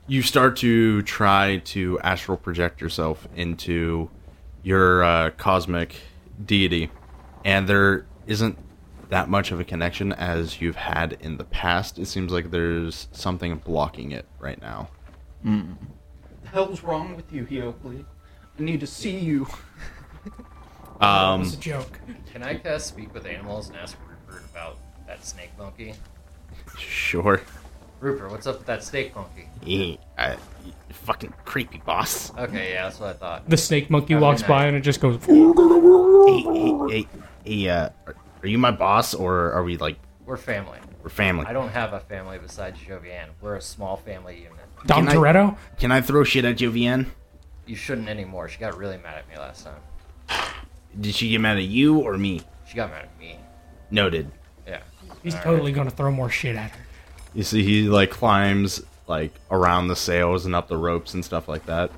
A: you start to try to astral project yourself into your uh, cosmic deity, and there isn't that much of a connection as you've had in the past. It seems like there's something blocking it right now.
C: The hell's wrong with you, Heokli? I need to see you.
A: Um,
B: It's a joke.
E: Can I cast speak with animals and ask Rupert about that snake monkey?
A: sure.
E: Rupert, what's up with that snake monkey?
A: Eh, I- fucking creepy boss.
E: Okay, yeah, that's what I thought.
B: The snake monkey
E: Have a
B: walks
E: good
B: by
E: night.
B: and it just goes.
A: Eh, eh, eh, eh, uh, are- are you my boss, or are we like
E: We're family.
A: we're family?
E: I don't have a family besides Jovian. We're a small family unit.
A: Can
B: Dom
A: I-
B: Toretto?
A: Can I throw shit at Jovian?
E: You shouldn't anymore. She got really mad at me last time.
A: Did she get mad at you or me?
E: She got mad at me.
A: Noted.
E: Yeah.
B: He's
E: All right.
B: totally gonna throw more shit at her.
A: You see, he like climbs like around the sails and up the ropes and stuff like that.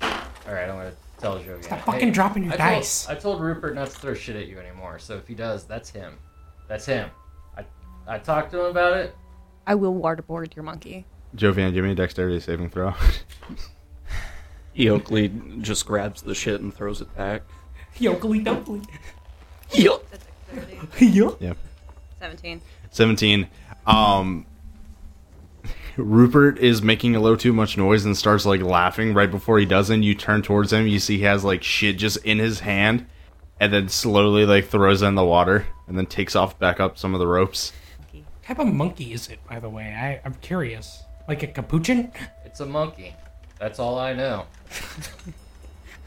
E: All right, I'm gonna tell Jovian.
B: Stop fucking dropping your
E: I
B: dice.
E: Told, I told Rupert not to throw shit at you anymore. So if he does, that's him. That's him. I I talked to him about it.
D: I will waterboard your monkey.
A: Jovian, give me a dexterity saving throw.
C: Yokley just grabs the shit and throws it back.
B: Yokely dumply.
C: Yup.
D: That's a clarity.
B: Yup.
A: Yeah.
D: 17.
A: 17. Um, Rupert is making a little too much noise and starts like laughing right before he does. And you turn towards him, you see he has like shit just in his hand, and then slowly like throws it in the water and then takes off back up some of the ropes.
B: What type of monkey is it, by the way? I, I'm curious. Like a capuchin?
E: It's a monkey. That's all I know.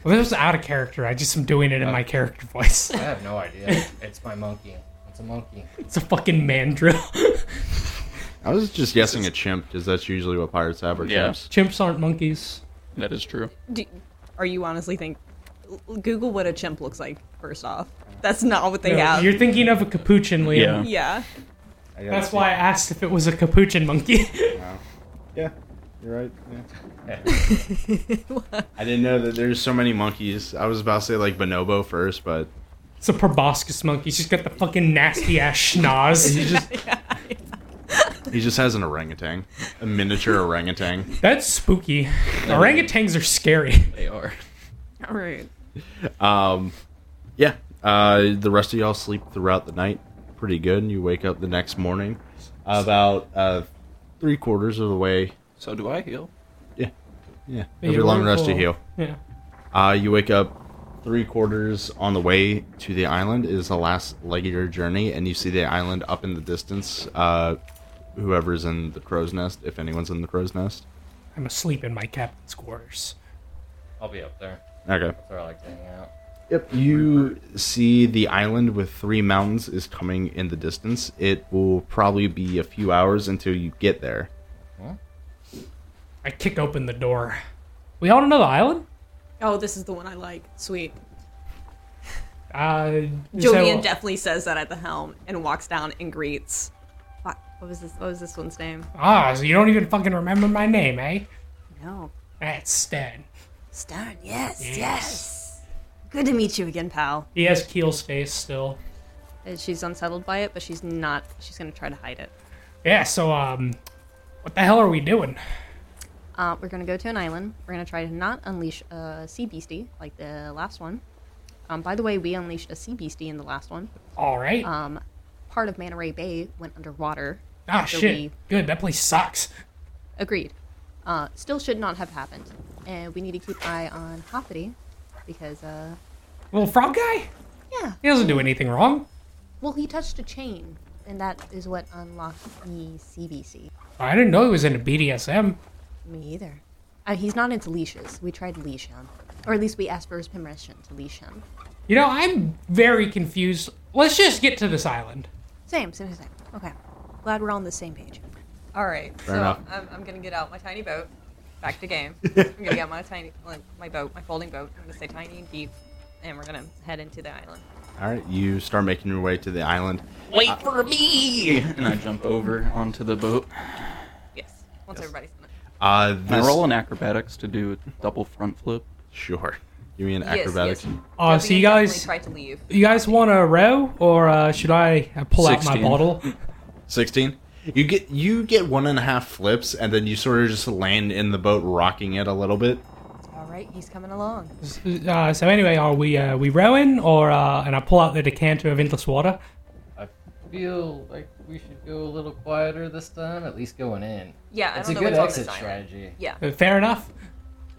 B: Well, this was out of character. I just am doing it in
A: Uh,
B: my character voice.
E: I have no idea. it's my monkey. It's a monkey.
B: it's a fucking mandrill.
A: I was just guessing a chimp because that's usually what pirates have are
C: Yeah.
A: chimps.
B: Chimps aren't monkeys.
C: That is true.
D: Do, are you honestly think. l- Google what a chimp looks like, first off. That's not what they
B: No,
D: have.
B: You're thinking of a capuchin, Liam.
C: Yeah.
D: yeah.
E: I gotta
B: That's
E: see.
B: why I asked if it was a capuchin monkey.
A: Yeah, you're right. I didn't know that there's so many monkeys. I was about to say like bonobo first, but
B: it's a proboscis monkey. She's got the fucking nasty ass schnoz.
A: he just he just has an orangutan, a miniature orangutan.
B: That's spooky. Orangutans are scary.
C: They are.
F: All right.
A: Um, yeah. Uh, the rest of y'all sleep throughout the night pretty good, and you wake up the next morning about uh, three quarters of the way.
C: So do I heal?
A: Yeah, yeah.
B: Yeah,
A: Every long rest you
B: wonderful.
A: heal.
B: Yeah.
A: Uh, you wake up three quarters on the way to the island is the last leg of your journey, and you see the island up in the distance. Uh, whoever's in the crow's nest, if anyone's in the crow's nest.
B: I'm asleep in my captain's quarters.
E: I'll be up there.
A: Okay.
E: That's where I like to hang out.
A: Yep. You see the island with three mountains is coming in the distance. It will probably be a few hours until you get there.
B: I kick open the door. We on another island?
D: Oh, this is the one I like. Sweet.
B: Uh, is that
D: Jovian
B: what-
D: definitely says that at the helm and walks down and greets. What, what was this? What was this one's name?
B: Ah, so you don't even fucking remember my name, eh?
D: No,
B: That's Stan.
D: Stern. Yes, yes,
B: Yes.
D: Good to meet you again, pal.
B: He has Keel's face still.
D: And Uh, she's unsettled by it, but she's not. She's gonna try to hide it.
B: Yeah, so, um, what the hell are we doing?
D: Uh, we're gonna go to an island. We're gonna try to not unleash a sea beastie like the last one. Um, by the way, we unleashed a sea beastie in the last one.
B: All right.
D: Um, part of Manta Ray Bay went underwater.
B: ah,
D: so
B: shit.
D: we-
B: Good, that place sucks.
D: Agreed. Uh, still should not have happened. And we need to keep eye on Hoppity because, uh,
B: Little frog guy?
D: yeah.
B: He doesn't do anything wrong.
D: Well, he touched a chain, and that is what unlocked the CBC.
B: I didn't know he was into BDSM.
D: Me either. Uh, he's not into leashes. We tried to leash him. Or at least we asked for his permission to leash him.
B: You know, I'm very confused. Let's just get to this island.
D: Same, same, same. Okay. Glad we're on the same page.
F: All right. so
A: enough.
F: I'm, I'm gonna get out my tiny boat. Back to game. I'm gonna get my tiny, like, my boat, my folding boat. I'm gonna stay tiny and deep, and we're gonna head into the island.
A: All right. You start making your way to the island.
C: Wait for me! And I jump over onto the boat.
F: Yes. Once everybody's in it.
A: Uh,
C: Can
A: this,
C: I roll an acrobatics to do a double front flip?
A: Sure. Give me an
F: Yes,
A: acrobatics.
F: yes.
B: Uh, so
F: Jovian
B: you guys,
F: definitely tried to leave.
B: you guys want a row, or uh, should I uh, pull out
C: 16.
B: my bottle?
A: Sixteen. You get you get one and a half flips, and then you sort of just land in the boat, rocking it a little bit.
F: All right, he's coming along.
B: Uh, so anyway, are we uh, we rowing, or uh, and I pull out the decanter of endless water?
E: I feel like we should go a little quieter this time, at least going in.
F: Yeah, I
E: it's
F: don't
E: a
F: know
E: good
F: what's
E: exit
F: on this island.
E: strategy.
F: Yeah.
B: Uh, fair enough.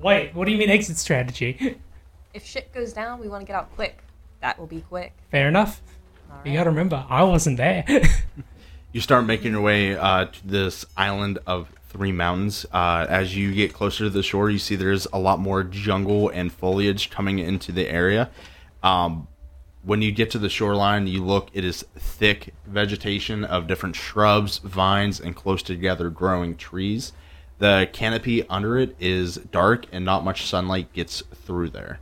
B: Wait, what do you mean exit strategy?
F: If shit goes down, we want to get out quick. That will be quick.
B: fair enough.
F: All right.
B: You gotta remember, I wasn't there.
A: you start making your way uh, to this island of three mountains. Uh, as you get closer to the shore, you see there's a lot more jungle and foliage coming into the area. Um, when you get to the shoreline, you look, it is thick vegetation of different shrubs, vines, and close together growing trees. The canopy under it is dark, and not much sunlight gets through there.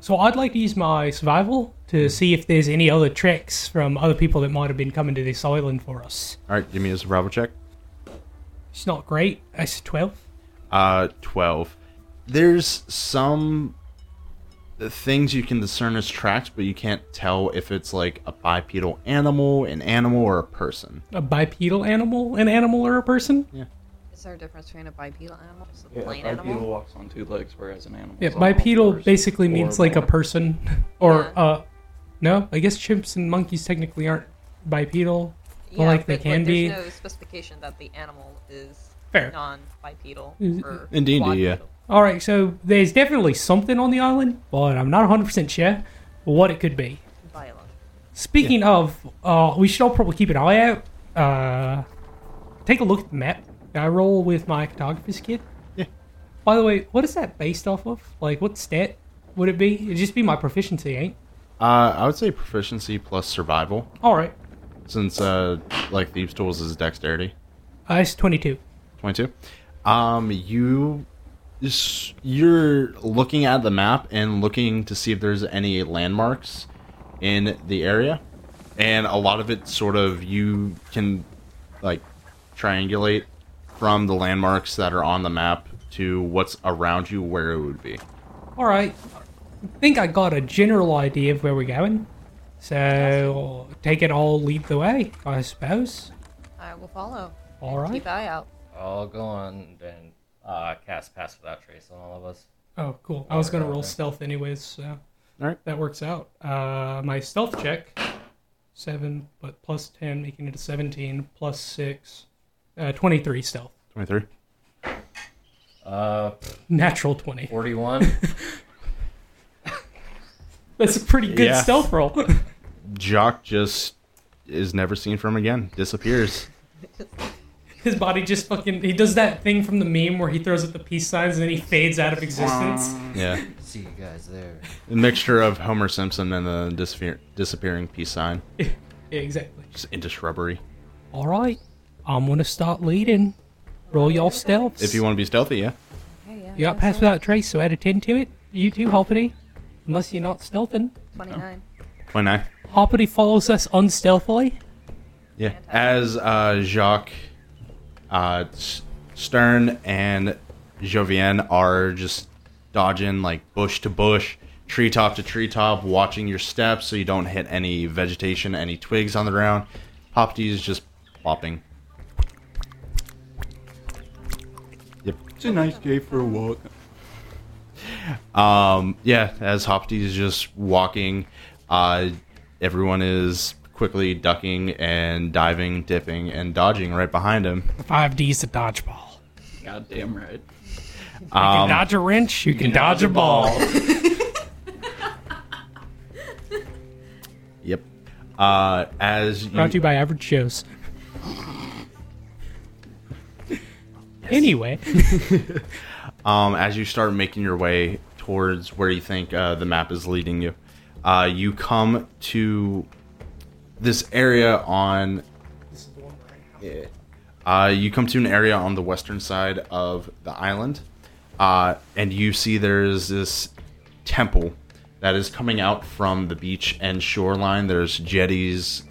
B: so I'd like to use my survival to see if there's any other tricks from other people that might have been coming to this island for us.
A: All right, give me a survival check.
B: It's not great. It's twelve.
A: uh 12 there's some things you can discern as tracks but you can't tell if it's like a bipedal animal an animal or a person
B: A bipedal animal, an animal, or a person?
A: yeah
F: Is there a difference between a bipedal animal and just a
C: Yeah,
F: plain
C: a bipedal
F: animal?
C: walks on two legs, whereas an animal.
B: Yeah,
C: is on all
B: bipedal
C: fours
B: basically
C: or
B: means like a
C: more.
B: person, or
F: Yeah.
B: uh, no, I guess chimps and monkeys technically aren't bipedal. Well, like they
F: but,
B: can be.
F: There's no specification that the animal is
B: Fair. Mm-hmm.
F: non-bipedal
B: Is-
F: or
A: In D&D, yeah.
F: quadrupedal.
B: All right, so there's definitely something on the island, but I'm not 100 percent sure what it could be.
F: Violent.
B: Speaking of, uh, we should all probably keep an eye out. Uh, take a look at the map. I roll with my cartographer's kit.
A: Yeah.
B: By the way, what is that based off of? Like, what stat would it be? It'd just be my proficiency, ain't?
A: Uh, I would say proficiency plus survival,
B: All right,
A: since uh, like thieves' tools is dexterity.
B: uh, it's 22.
A: 22 um you s- you're looking at the map and looking to see if there's any landmarks in the area and a lot of it sort of you can like triangulate from the landmarks that are on the map to what's around you where it would be
B: All right. I think I got a general idea of where we're going. So take it all, lead the way, I suppose.
F: I will follow.
B: All
F: And
B: right.
F: Keep eye out.
E: I'll go on and uh, cast Pass Without Trace on all of us.
B: Oh, cool. I was going to roll
E: Okay.
B: stealth anyways, so
A: Alright.
B: that works out. Uh, my stealth check, 7, but plus 10, making it a 17, plus 6, uh, 23 stealth.
A: 23
E: Uh,
B: Natural 20.
E: 41.
B: That's a pretty good
A: Yeah.
B: stealth roll.
A: jock just is never seen from again disappears
B: His body just fucking, he does that thing from the meme where he throws up the peace signs and then he fades out of existence.
A: yeah
E: See you guys there.
A: a mixture of homer simpson and the disappear- disappearing peace sign
B: yeah, exactly.
A: just into shrubbery
B: All right, I'm gonna start leading. Roll y'all stealths.
A: If you want to be stealthy, yeah.
F: Hey, yeah.
B: you got pass without trace, so add a ten to it. You too, Hoppity. Unless you're not stealthing,
F: Twenty-nine.
A: Why not?
B: Hoppity follows us unstealthily.
A: Yeah. As uh, Jacques, uh, S- Stern, and Jovian are just dodging like bush to bush, treetop to treetop, watching your steps so you don't hit any vegetation, any twigs on the ground. Popty is just plopping.
C: It's a nice day for a walk.
A: Um, yeah, as Hopty is just walking, uh, everyone is quickly ducking and diving, dipping, and dodging right behind him.
B: Five D's to dodgeball.
C: God damn right.
B: You can dodge a wrench. Um, You, can, dodge, a ball.
A: Yep. Uh, as you,
B: Brought to you by Average Shows. Anyway,
A: um, as you start making your way towards where you think uh, the map is leading you, uh, you come to this area on. Yeah. Uh, you come to an area on the western side of the island, uh, and you see there's this temple that is coming out from the beach and shoreline. There's jetties,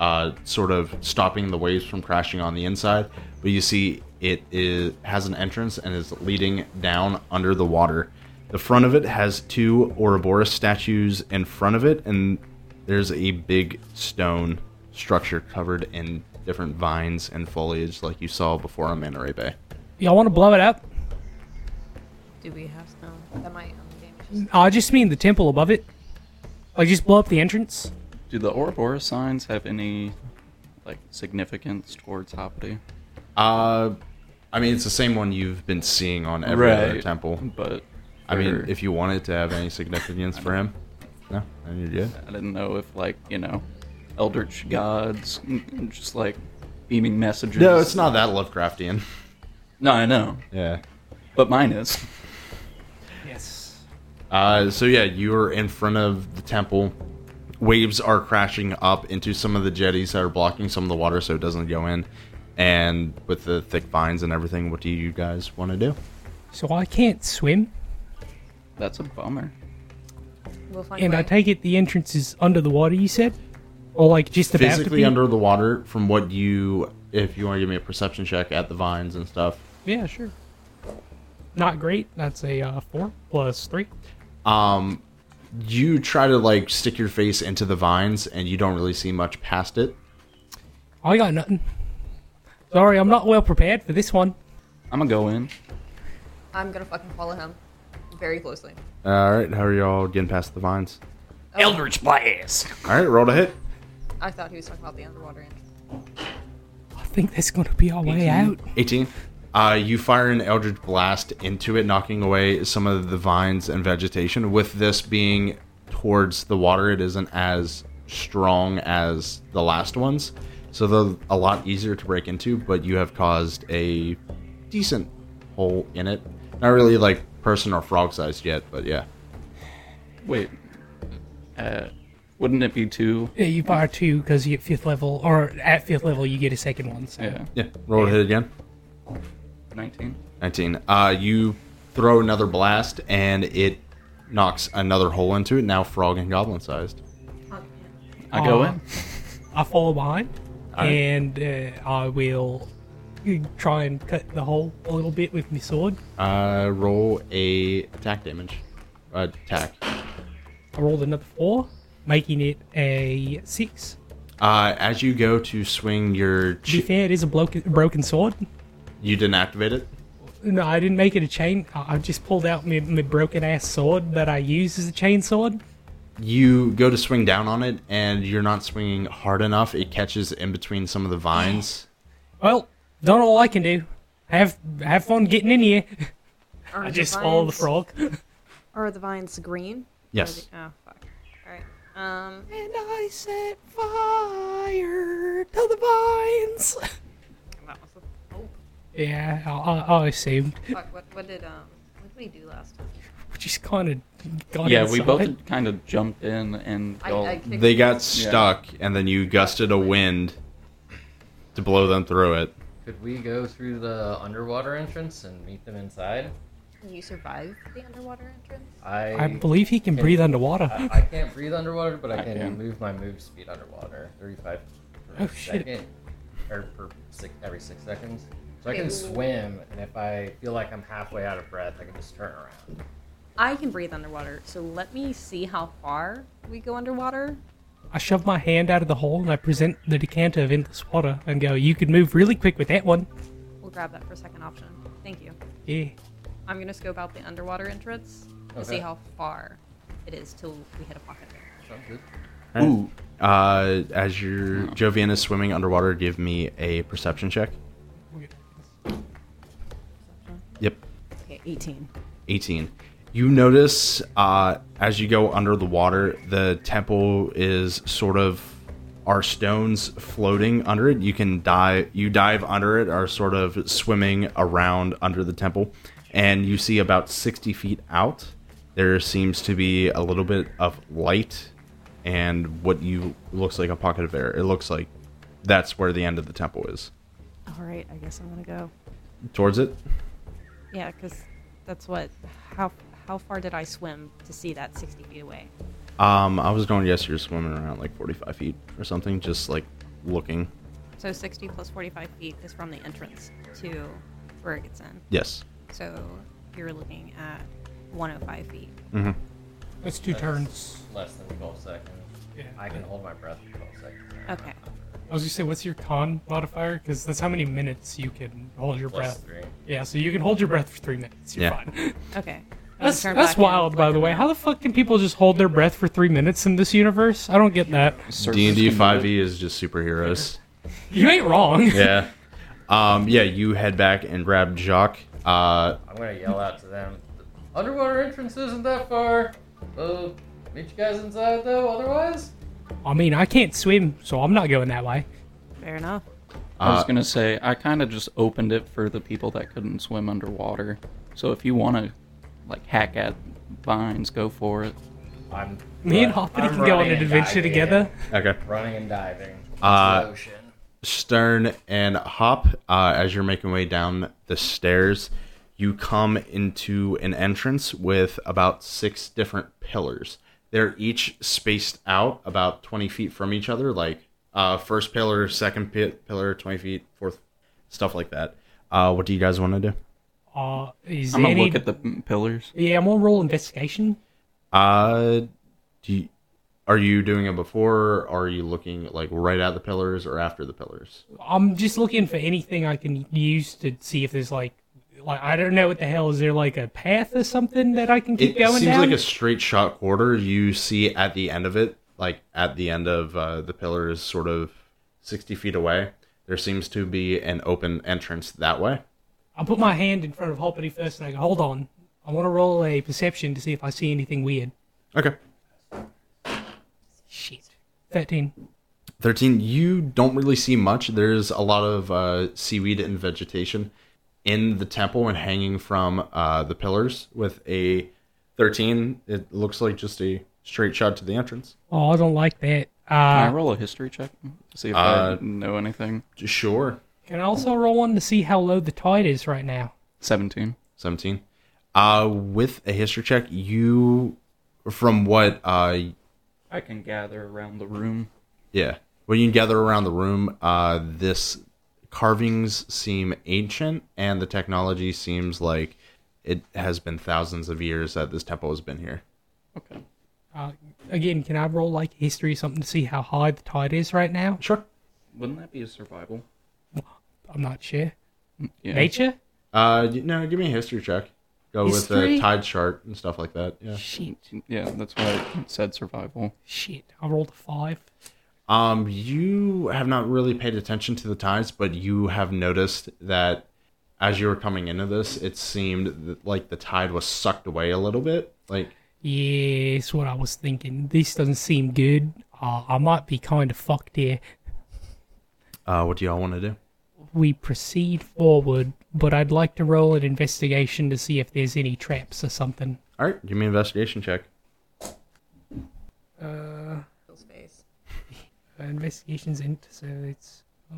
A: uh, sort of stopping the waves from crashing on the inside, but you see it is, has an entrance and is leading down under the water. The front of it has two Ouroboros statues in front of it, and there's a big stone structure covered in different vines and foliage, like you saw before on Manoray Bay.
B: y'all want to blow it up?
F: Do we have snow? That might. Um, game is just...
B: Oh, I just mean the temple above it. Like, just blow up the entrance.
C: Do the Ouroboros signs have any like significance towards Hoppity?
A: Uh, I mean, it's the same one you've been seeing on every other
C: Right.
A: temple.
C: But
A: I mean,
C: for-
A: if you wanted to have any significance for him, no, then you're good.
C: I didn't know if like you know, eldritch gods, mm, just like beaming messages.
A: No, it's not that Lovecraftian.
C: No, I know,
A: Yeah.
C: but mine is.
B: Yes.
A: Uh, so yeah, you are in front of the temple. Waves are crashing up into some of the jetties that are blocking some of the water, so it doesn't go in. And with the thick vines and everything, what do you guys want to do?
B: So I can't swim.
C: That's a bummer.
F: We'll find
B: Mm, And
F: a way.
B: I take it the entrance is under the water, you said? Or like just about to
A: Physically
B: be?
A: under the water, from what you, if you want to give me a perception check at the vines and stuff,
B: Yeah, sure. Not great. That's a uh, four plus three.
A: you try to like stick your face into the vines, and you don't really see much past it.
B: I got nothing. Sorry, I'm not well prepared for this one.
C: I'm gonna go in.
F: I'm gonna fucking follow him very closely.
A: All right, how are y'all getting past the vines?
C: Eldritch blast.
A: All right, roll to hit.
F: I thought he was talking about the underwater end.
B: I think that's gonna be our way out.
A: 18. Uh, you fire an Eldritch Blast into it, knocking away some of the vines and vegetation. With this being towards the water, it isn't as strong as the last ones. So they're a lot easier to break into, but you have caused a decent hole in it. Not really like person or frog sized yet, but yeah.
C: Wait. Uh, wouldn't it be two?
B: Yeah, you fire two because you get fifth level, or at fifth level you get a second one. So.
C: Yeah.
A: Yeah, roll to hit again.
C: Nineteen.
A: 19. Uh, you throw another blast, and it knocks another hole into it, now frog and goblin sized.
C: I go
B: Aw.
C: in.
B: I follow behind,
A: Alright.
B: and uh, I will try and cut the hole a little bit with my sword.
A: Uh, roll a attack damage. Uh, Attack.
B: I rolled another four, making it a six.
A: Uh, as you go to swing your,
B: To be
A: ch-
B: fair, it is a blo- broken sword.
A: you didn't activate it.
B: No, I didn't make it a chain. I I just pulled out my, my broken ass sword that I use as a chain sword.
A: You go to swing down on it, and you're not swinging hard enough. It catches in between some of the vines.
B: Well, done all I can do. Have have fun getting in here. I just follow the frog.
F: Are the vines green?
A: Yes.
F: Oh fuck. All right. Um.
B: And I set fire to the vines.
F: That was the- oh
B: Yeah, I, I, I assumed.
F: fuck. What, what did um? What did we do last time?
B: We just kind of got
C: Yeah, we
B: inside.
C: both kind of jumped in and
F: I,
C: y'all-
F: I kicked
A: They got stuck, and then you gusted a wind to blow them through it.
E: Could we go through the underwater entrance and meet them inside?
F: You survived the underwater entrance.
E: I
B: I believe he can breathe underwater.
E: I, I can't breathe underwater, but I
C: I
E: can
C: can.
E: move my move speed underwater, thirty-five per
B: Oh, shit.
E: second, or per six, every six seconds. So I
F: Ew.
E: can swim, and if I feel like I'm halfway out of breath, I can just turn around.
F: I can breathe underwater, so let me see how far we go underwater.
B: I shove my hand out of the hole and I present the decanter of endless water and go, You could move really quick with that one.
F: We'll grab that for second option. Thank you.
B: Yeah.
F: I'm gonna scope out the underwater entrance to see
E: Okay.
F: how far it is till we hit a pocket.
E: Sounds good.
C: Ooh.
A: Uh, as your Jovian is swimming underwater, give me a perception check. Yep,
F: Okay, 18.
A: 18. You notice uh, as you go under the water, the temple is sort of are stones floating under it. You can dive, you dive under it, are sort of swimming around under the temple, and you see about 60 feet out. There seems to be a little bit of light and what you looks like a pocket of air. It looks like that's where the end of the temple is.
F: All right, I guess I'm gonna go.
A: Towards it,
F: Yeah, because that's what. How how far did I swim to see that 60 feet away?
A: Um, I was going yesterday swimming around like 45 feet or something, just like looking.
F: So 60 plus 45 feet is from the entrance to where it gets in.
A: Yes.
F: So you're looking at 105 feet.
B: That's two turns.
E: Less than twelve seconds.
B: Yeah.
E: I can hold my breath for twelve seconds.
F: Okay.
B: I was gonna say, what's your con modifier? Because that's how many minutes you can hold your
E: Plus
B: breath.
E: three.
B: Yeah, so you can hold your breath for three minutes. You're
A: Yeah.
B: fine.
F: Okay.
B: That's,
F: Turn
B: that's
F: back in.
B: wild, by the way. How the fuck can people just hold their breath for three minutes in this universe? I don't get that.
A: D E, and D 5e is just superheroes.
B: You ain't wrong.
A: yeah. Um, yeah. You head back and grab Jacques. Uh,
E: I'm gonna yell out to them. The underwater entrance isn't that far. So meet you guys inside though. Otherwise,
B: I mean, I can't swim, so I'm not going that way.
F: Fair enough.
C: I was
A: Uh,
C: gonna say I kind of just opened it for the people that couldn't swim underwater. So if you want to, like, hack at vines, go for it.
E: I'm.
B: Me and
E: run-
B: Hoppity
E: I'm
B: can go on
E: running
B: an
E: and
B: adventure
E: diving.
B: together.
A: okay.
E: Running and diving.
A: Uh,
E: Into the ocean.
A: Stern and Hop, uh, as you're making way down the stairs, you come into an entrance with about six different pillars. They're each spaced out about 20 feet from each other, like uh, first pillar, second pi- pillar, 20 feet, fourth, stuff like that. Uh, what do you guys want to do?
B: Uh, is
C: I'm gonna
B: any...
C: look at the p- pillars.
B: Yeah, I'm gonna roll investigation.
A: Uh, do you, are you doing it before? Or are you looking like right at the pillars or after the pillars?
B: I'm just looking for anything I can use to see if there's like like I don't know what the hell is there like a path or something that I can keep
A: It
B: going
A: seems
B: down?
A: like a straight shot quarter. You see at the end of it, like at the end of uh, the pillar is sort of 60 feet away. There seems to be an open entrance that way.
B: I put my hand in front of Hoppity first and I go, hold on. I want to roll a perception to see if I see anything weird.
A: Okay.
B: Shit. 13.
A: 13 you don't really see much there's a lot of uh, seaweed and vegetation in the temple and hanging from uh, the pillars with a 13 it looks like just a straight shot to the entrance
B: Oh, I don't like that.
C: Can I
B: Uh,
C: roll a history check to see if
A: Uh,
C: I know anything?
A: sure
B: can I also roll one to see how low the tide is right now?
C: 17.
A: 17 uh, with a history check you from what uh,
C: I can gather around the room.
A: Yeah. When you gather around the room, uh, this carvings seem ancient, and the technology seems like it has been thousands of years that this temple has been here.
C: Okay.
B: Uh, again, can I roll like history or something to see how high the tide is right now?
A: Sure.
C: Wouldn't that be a survival?
B: I'm not sure.
C: Yeah.
B: Nature?
A: Uh, y- no, give me a history check. Go with
B: History?
A: the tide chart and stuff like that. Yeah.
B: Shit.
C: Yeah, that's why it said survival.
B: Shit. I rolled a 5.
A: Um, you have not really paid attention to the tides, but you have noticed that as you were coming into this, it seemed that, like the tide was sucked away a little bit. Like
B: Yeah, it's what I was thinking. This doesn't seem good. Uh, I might be kind of fucked here.
A: Uh, what do y'all want to do?
B: We proceed forward, but I'd like to roll an investigation to see if there's any traps or something.
A: All right, give me an investigation check.
F: Phil's face.
B: Uh, investigation's in, so it's uh,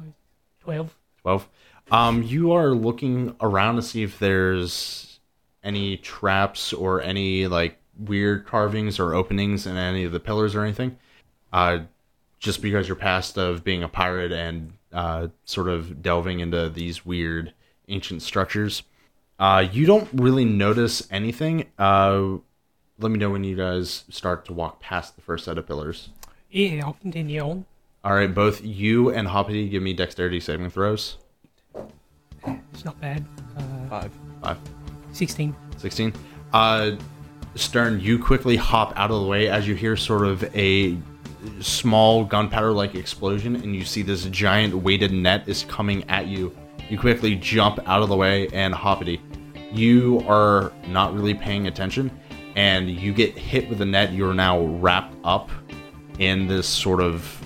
B: 12.
A: 12. Um, you are looking around to see if there's any traps or any like weird carvings or openings in any of the pillars or anything. Uh, just because you're past of being a pirate and uh, sort of delving into these weird ancient structures. Uh, you don't really notice anything. Uh, let me know when you guys start to walk past the first set of pillars.
B: Yeah, I'll continue on.
A: All right, both you and Hoppity give me dexterity saving throws.
B: It's not bad. Uh,
C: Five.
A: Five.
B: 16.
A: 16. Uh, Stern, you quickly hop out of the way as you hear sort of a small gunpowder like explosion, and you see this giant weighted net is coming at you. You quickly jump out of the way and hoppity. You are not really paying attention, and you get hit with the net. You're now wrapped up in this sort of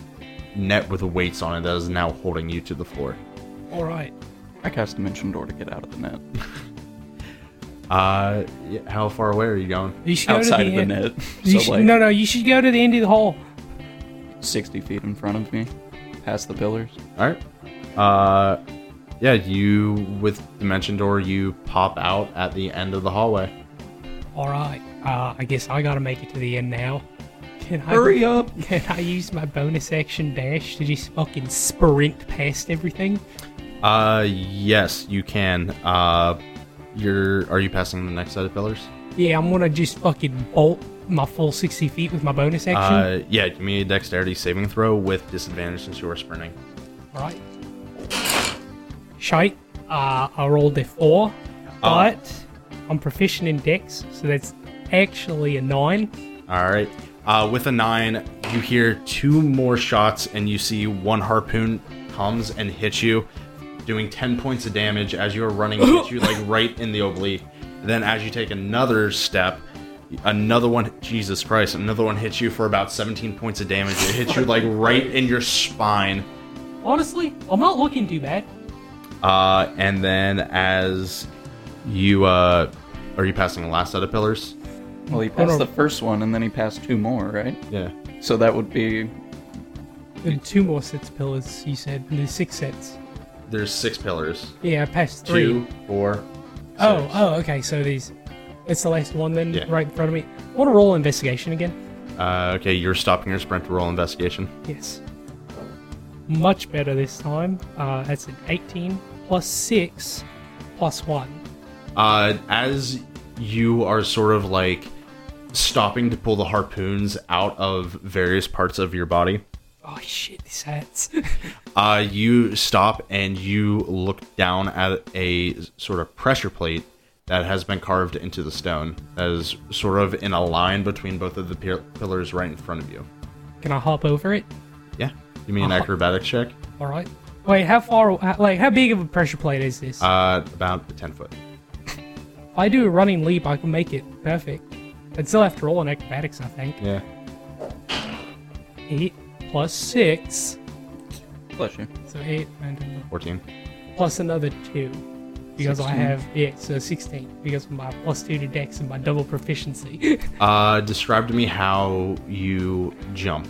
A: net with weights on it that is now holding you to the floor.
B: All right.
C: I cast Dimension Door to get out of the net.
A: Uh, yeah, how far away are you going?
B: You should go
C: Outside of
B: to
C: the
B: end.
C: net.
B: You
C: so,
B: should-
C: like,
B: no, no, you should go to the end of the hall.
C: 60 feet in front of me, past the pillars.
A: All right. Uh, yeah, you with dimension door, you pop out at the end of the hallway.
B: All right. Uh, I guess I gotta make it to the end now. Can I
C: Hurry up!
B: Can I use my bonus action dash to just fucking sprint past everything?
A: Uh, yes, you can. Uh, you're are you passing the next set of pillars?
B: Yeah, I'm gonna just fucking bolt my full 60 feet with my bonus action.
A: Uh, yeah, give me a dexterity saving throw with disadvantage since you are sprinting.
B: Alright. Shite. Uh, I rolled a 4,
C: Uh.
B: but I'm proficient in dex, so that's actually a 9.
A: All right. Uh, with a nine, you hear two more shots, and you see one harpoon comes and hits you, doing 10 points of damage as you are running. It hits you like right in the oblique. Then, as you take another step, another one, Jesus Christ, another one hits you for about 17 points of damage. It hits you like right in your spine.
B: Honestly, I'm not looking too bad.
A: Uh, and then, as you uh, are you passing the last set of pillars?
C: Well, he
B: no.
C: passed the first one, and then he passed two more, right?
A: Yeah.
C: So that would be
B: There are two more sets of pillars, you said. and There's six sets.
A: There's six pillars.
B: Yeah, I passed three.
A: Two, four.
B: Oh,
A: six.
B: oh, okay. So these, it's the last one then,
A: Yeah.
B: right in front of me. I want to roll investigation again.
A: Uh, okay, you're stopping your sprint to roll investigation.
B: Yes. Much better this time. Uh, that's an 18 plus six plus one.
A: Uh, as you are sort of like stopping to pull the harpoons out of various parts of your body,
B: Oh shit, these hats.
A: Uh, you stop and you look down at a sort of pressure plate that has been carved into the stone that is sort of in a line between both of the pi- pillars right in front of you.
B: Can I hop over it?
A: Yeah. Give me an acrobatics check.
B: All right. Wait, how far? how- Like, how big of a pressure plate is this?
A: Uh, about 10 foot.
B: if I do a running leap, I can make it perfect. I'd still have to roll an acrobatics, I think.
A: Yeah.
B: Eight plus six,
C: Bless you.
B: so eight and uh,
A: 14.
B: plus another two because I have yeah, so sixteen because of my plus two to dex and my double proficiency.
A: Uh, describe to me how you jump.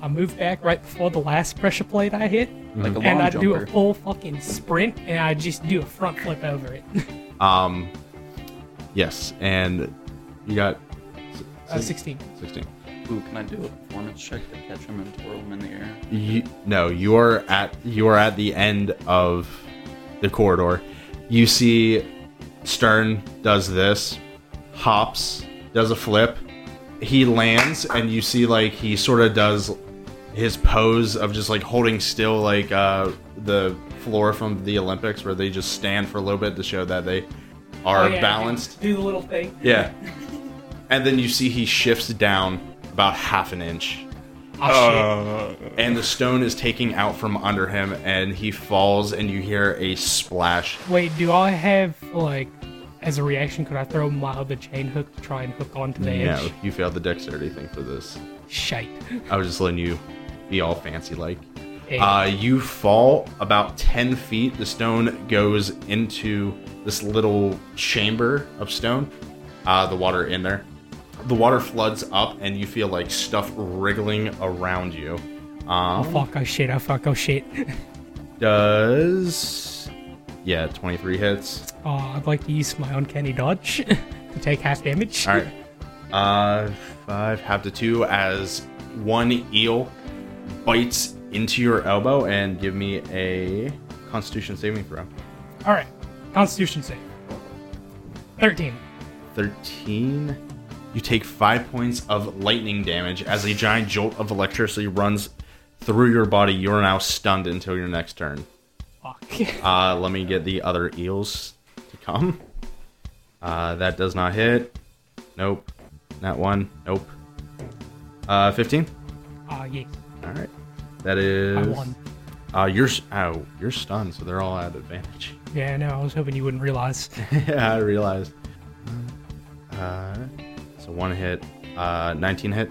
B: I move back right before the last pressure plate I hit,
C: Like a
B: Mm.
C: long
B: and I do
C: jumper.
B: a full fucking sprint, and I just do a front flip over it. Uh,
A: Yes. And you got
B: Uh, Sixteen.
A: 16.
C: Ooh, can I do a performance check to catch him and twirl him in the air?
A: you, no, you are at you are at the end of the corridor. You see Stern does this, hops, does a flip. He lands, and you see like he sort of does his pose of just like holding still, like uh, the floor from the Olympics, where they just stand for a little bit to show that they are
B: Yeah,
A: balanced.
B: Do the little thing.
A: Yeah. And then you see he shifts down about half an inch.
B: Oh,
A: And the stone is taking out from under him, and he falls, and you hear a splash.
B: Wait, do I have like as a reaction? Could I throw my other chain hook to try and hook onto the
A: No,
B: edge?
A: you failed the dexterity thing for this.
B: Shite.
A: I was just letting you be all fancy like.
B: Hey,
A: Uh, you fall about 10 feet. The stone goes into this little chamber of stone. Uh, the water in there. The water floods up, and you feel like stuff wriggling around you.
B: oh fuck! Oh shit! Oh fuck! Oh shit!
A: Does. Yeah, 23 hits.
B: Oh, I'd like to use my uncanny dodge to take half damage.
A: All right. Uh, five, half to two, as one eel bites into your elbow, and give me a constitution saving throw.
B: All right. Constitution save. Thirteen.
A: 13. You take five points of lightning damage as a giant jolt of electricity runs through your body. You are now stunned until your next turn.
B: Fuck.
A: Uh, let me get the other eels to come. Uh, that does not hit. Nope. Not one. Nope. Uh, 15.
B: Ah, yes.
A: All right. That is.
B: I won.
A: Uh, you're s- oh, you're stunned, so they're all at advantage.
B: Yeah, no, I was hoping you wouldn't realize.
A: yeah, I realized. Uh, so one hit, uh, 19 hit,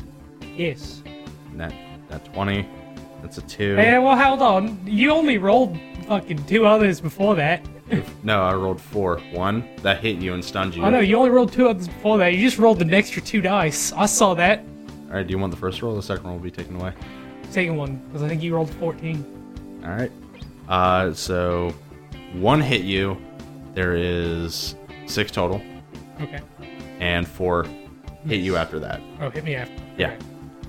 B: yes.
A: and that that 20. That's a two.
B: Yeah, well, hold on. You only rolled fucking two others before that.
A: No, I rolled four. One that hit you and stunned you.
B: I know, you only rolled two others before that. You just rolled an extra two dice. I saw that.
A: All right, do you want the first roll? The second roll will be taken away.
B: Second one, because I think you rolled 14.
A: All right. Uh, so one hit you. There is six total,
B: Okay.
A: and four hit you after that.
B: Oh, hit me after.
A: Yeah,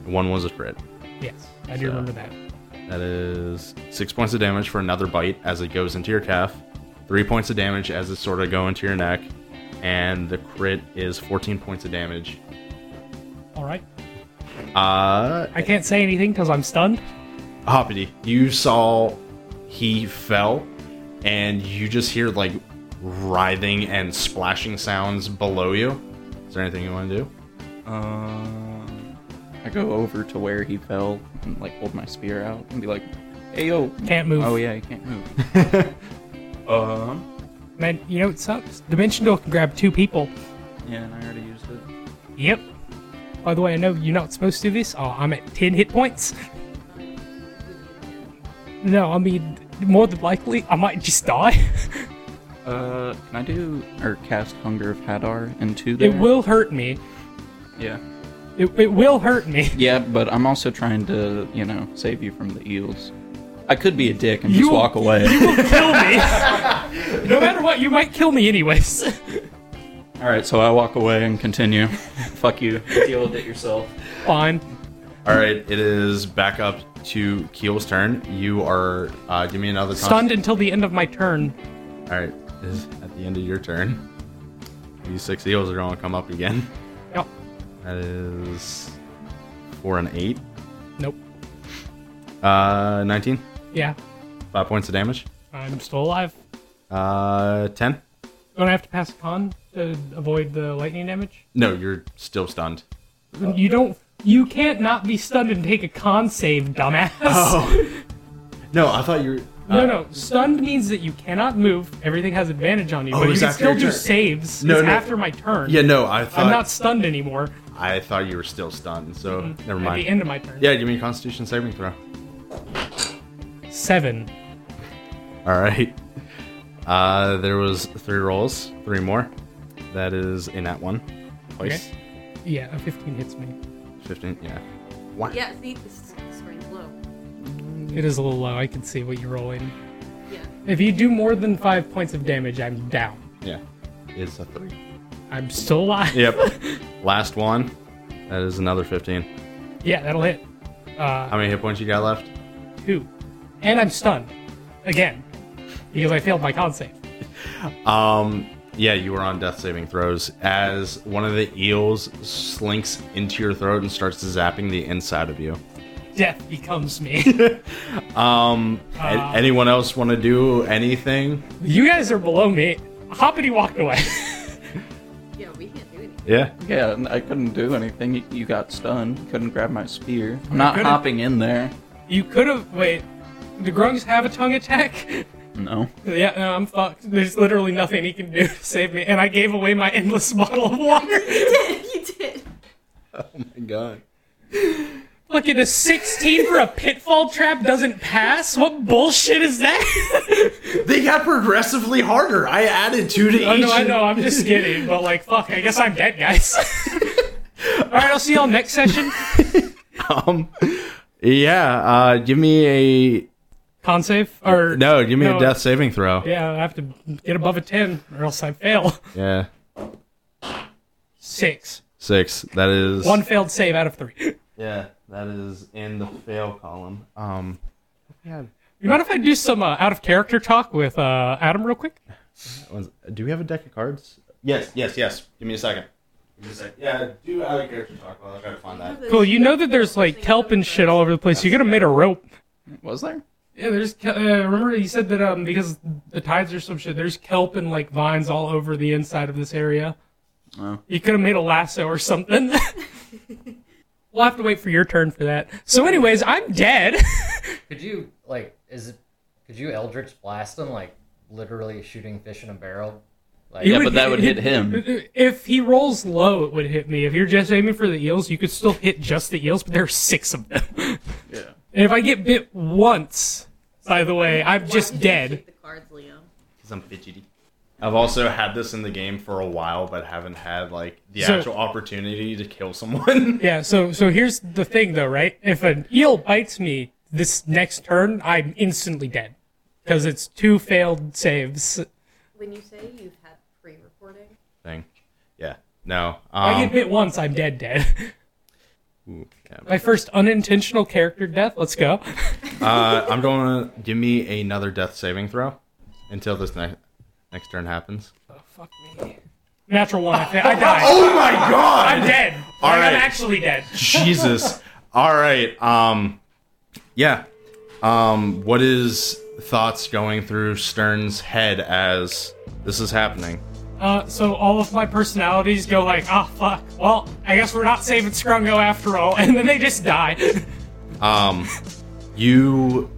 A: one was a crit.
B: Yes, I do
A: So-
B: remember that.
A: That is six points of damage for another bite as it goes into your calf, three points of damage as it sort of go into your neck, and the crit is 14 points of damage.
B: All right.
A: Uh,
B: I can't say anything because I'm stunned.
A: Hoppity, you saw he fell, and you just hear like writhing and splashing sounds below you. Is there anything you want to do?
C: Um, I go over to where he fell and like hold my spear out and be like, "Hey yo,
B: Can't move.
C: Oh yeah, you can't move. um,
B: Man, you know what sucks? Dimension Door can grab two people.
C: yeah, and I already used it.
B: Yep. By the way, I know you're not supposed to do this. Oh, I'm at 10 hit points. No, I mean, more than likely, I might just die.
C: Uh, can I do or cast Hunger of Hadar into there?
B: it will hurt me.
C: Yeah.
B: It, it will hurt me.
C: Yeah, but I'm also trying to, you know, save you from the eels. I could be a dick and
B: You-
C: just walk away.
B: kill me. no matter what, you might kill me anyways.
C: All right, so I walk away and continue. Fuck you. Deal with it yourself.
B: Fine.
A: All right, it is back up to Keel's turn. You are uh, give me another const-
B: Stunned until the end of my turn.
A: All right, it is at the end of your turn. These six eels are going to come up again.
B: Yep.
A: That is four and eight.
B: Nope.
A: Uh, 19.
B: Yeah,
A: Five points of damage.
B: I'm still alive.
A: Uh, 10.
B: Don't I have to pass a con to avoid the lightning damage?
A: No, you're still stunned.
B: You don't. You can't not be stunned and take a con save, dumbass.
A: Oh. No, I thought you were. uh,
B: No, no. Stunned means that you cannot move. Everything has advantage on you,
A: Oh,
B: but you
A: it's
B: can
A: after
B: still
A: your
B: do
A: turn.
B: saves.
A: No,
B: it's
A: no.
B: after my turn.
A: Yeah, uh, no, I thought
B: I'm not stunned anymore.
A: I thought you were still stunned, so never
B: At
A: mind.
B: the end of my turn.
A: yeah, give me a Constitution saving throw.
B: Seven.
A: All right. Uh, there was three rolls, three more. That is in that one. Twice.
B: Yeah, a 15 hits me.
A: Fifteen. Yeah. Wow.
F: Yeah, see, this is this ring's low.
B: It is a little low. I can see what you're rolling.
F: Yeah.
B: If you do more than five points of damage, I'm down.
A: Yeah. Is a three.
B: I'm still alive.
A: Yep. Last one. That is another fifteen.
B: Yeah, that'll hit.
A: How many hit points you got left?
B: Two. And I'm stunned. Again. Because I failed my con save.
A: Um, yeah, you were on death saving throws as one of the eels slinks into your throat and starts zapping the inside of you.
B: Death becomes me.
A: Um, a-
B: Ah.
A: anyone else want to do anything?
B: you guys are below me. Hoppity walked away.
F: Yeah, we can't do anything.
A: Yeah.
C: Yeah, and I couldn't do anything. You, you got stunned. Couldn't grab my spear. I'm not hopping in there.
B: You could have. Wait. Do Grungs have a tongue attack?
C: No.
B: yeah, no, I'm fucked. There's literally nothing he can do to save me. And I gave away my endless bottle of water.
F: you did.
A: My God.
B: Look at a 16 for a pitfall trap doesn't pass? What bullshit is that?
A: They got progressively harder. I added two to
B: I
A: each.
B: know, Oh, I know, I'm just kidding, but like, fuck, I guess I'm dead, guys. Alright, I'll see y'all next session.
A: Um, yeah. Uh, give me a
B: Con save? Or.
A: no. Give me
B: No.
A: a death saving throw.
B: Yeah, I have to get above a 10, or else I fail.
A: Yeah.
B: Six.
A: Six. That is
B: One failed save out of three. You
A: Yeah, that is in the fail column. Um,
B: mind if I do some uh, out of character talk with uh, Adam real quick?
A: Was- Do we have a deck of cards? Yes, yes, yes. Give me a second. Give me a second. Yeah, do out of character talk while I try to find that.
B: Cool, you know that there's like kelp and shit all over the place. You could have made a rope.
C: Was there?
B: Yeah, there's. ke- Uh, remember, you said that um because the tides are some shit. There's kelp and like vines all over the inside of this area.
C: Oh.
B: You could have made a lasso or something. we'll have to wait for your turn for that. So, anyways, I'm dead.
E: Could you like is it? Could you Eldritch blast him like literally shooting fish in a barrel? Like
C: Yeah,
B: would-
C: but that would hit him.
B: if he rolls low, it would hit me. If you're just aiming for the eels, you could still hit just the eels, but there are six of them. and
C: Yeah.
B: if I get bit once, by the way, I'm just dead.
F: The cards, Liam.
A: Because I'm fidgety. I've also had this in the game for a while, but haven't had like the
B: So-
A: actual opportunity to kill someone.
B: Yeah, so so here's the thing though, right? If an eel bites me this next turn, I'm instantly dead because it's two failed saves.
F: When you say you've had pre-recording,
A: Thing. Yeah. No.
B: I get
A: Um,
B: bit once, I'm dead dead.
A: ooh, yeah.
B: My first unintentional character death. Let's go.
A: uh, I'm going to give me another death saving throw until this next next turn happens.
B: Fuck me. Natural one. I, fa- I die.
A: Oh my god!
B: I'm dead.
A: All
B: Like, I'm
A: right.
B: actually dead.
A: Jesus. All right. Um, yeah. Um, what is thoughts going through Stern's head as this is happening?
B: Uh, so all of my personalities go like, ah, fuck. Well, I guess we're not saving Scrungo after all, and then they just die.
A: Um, you,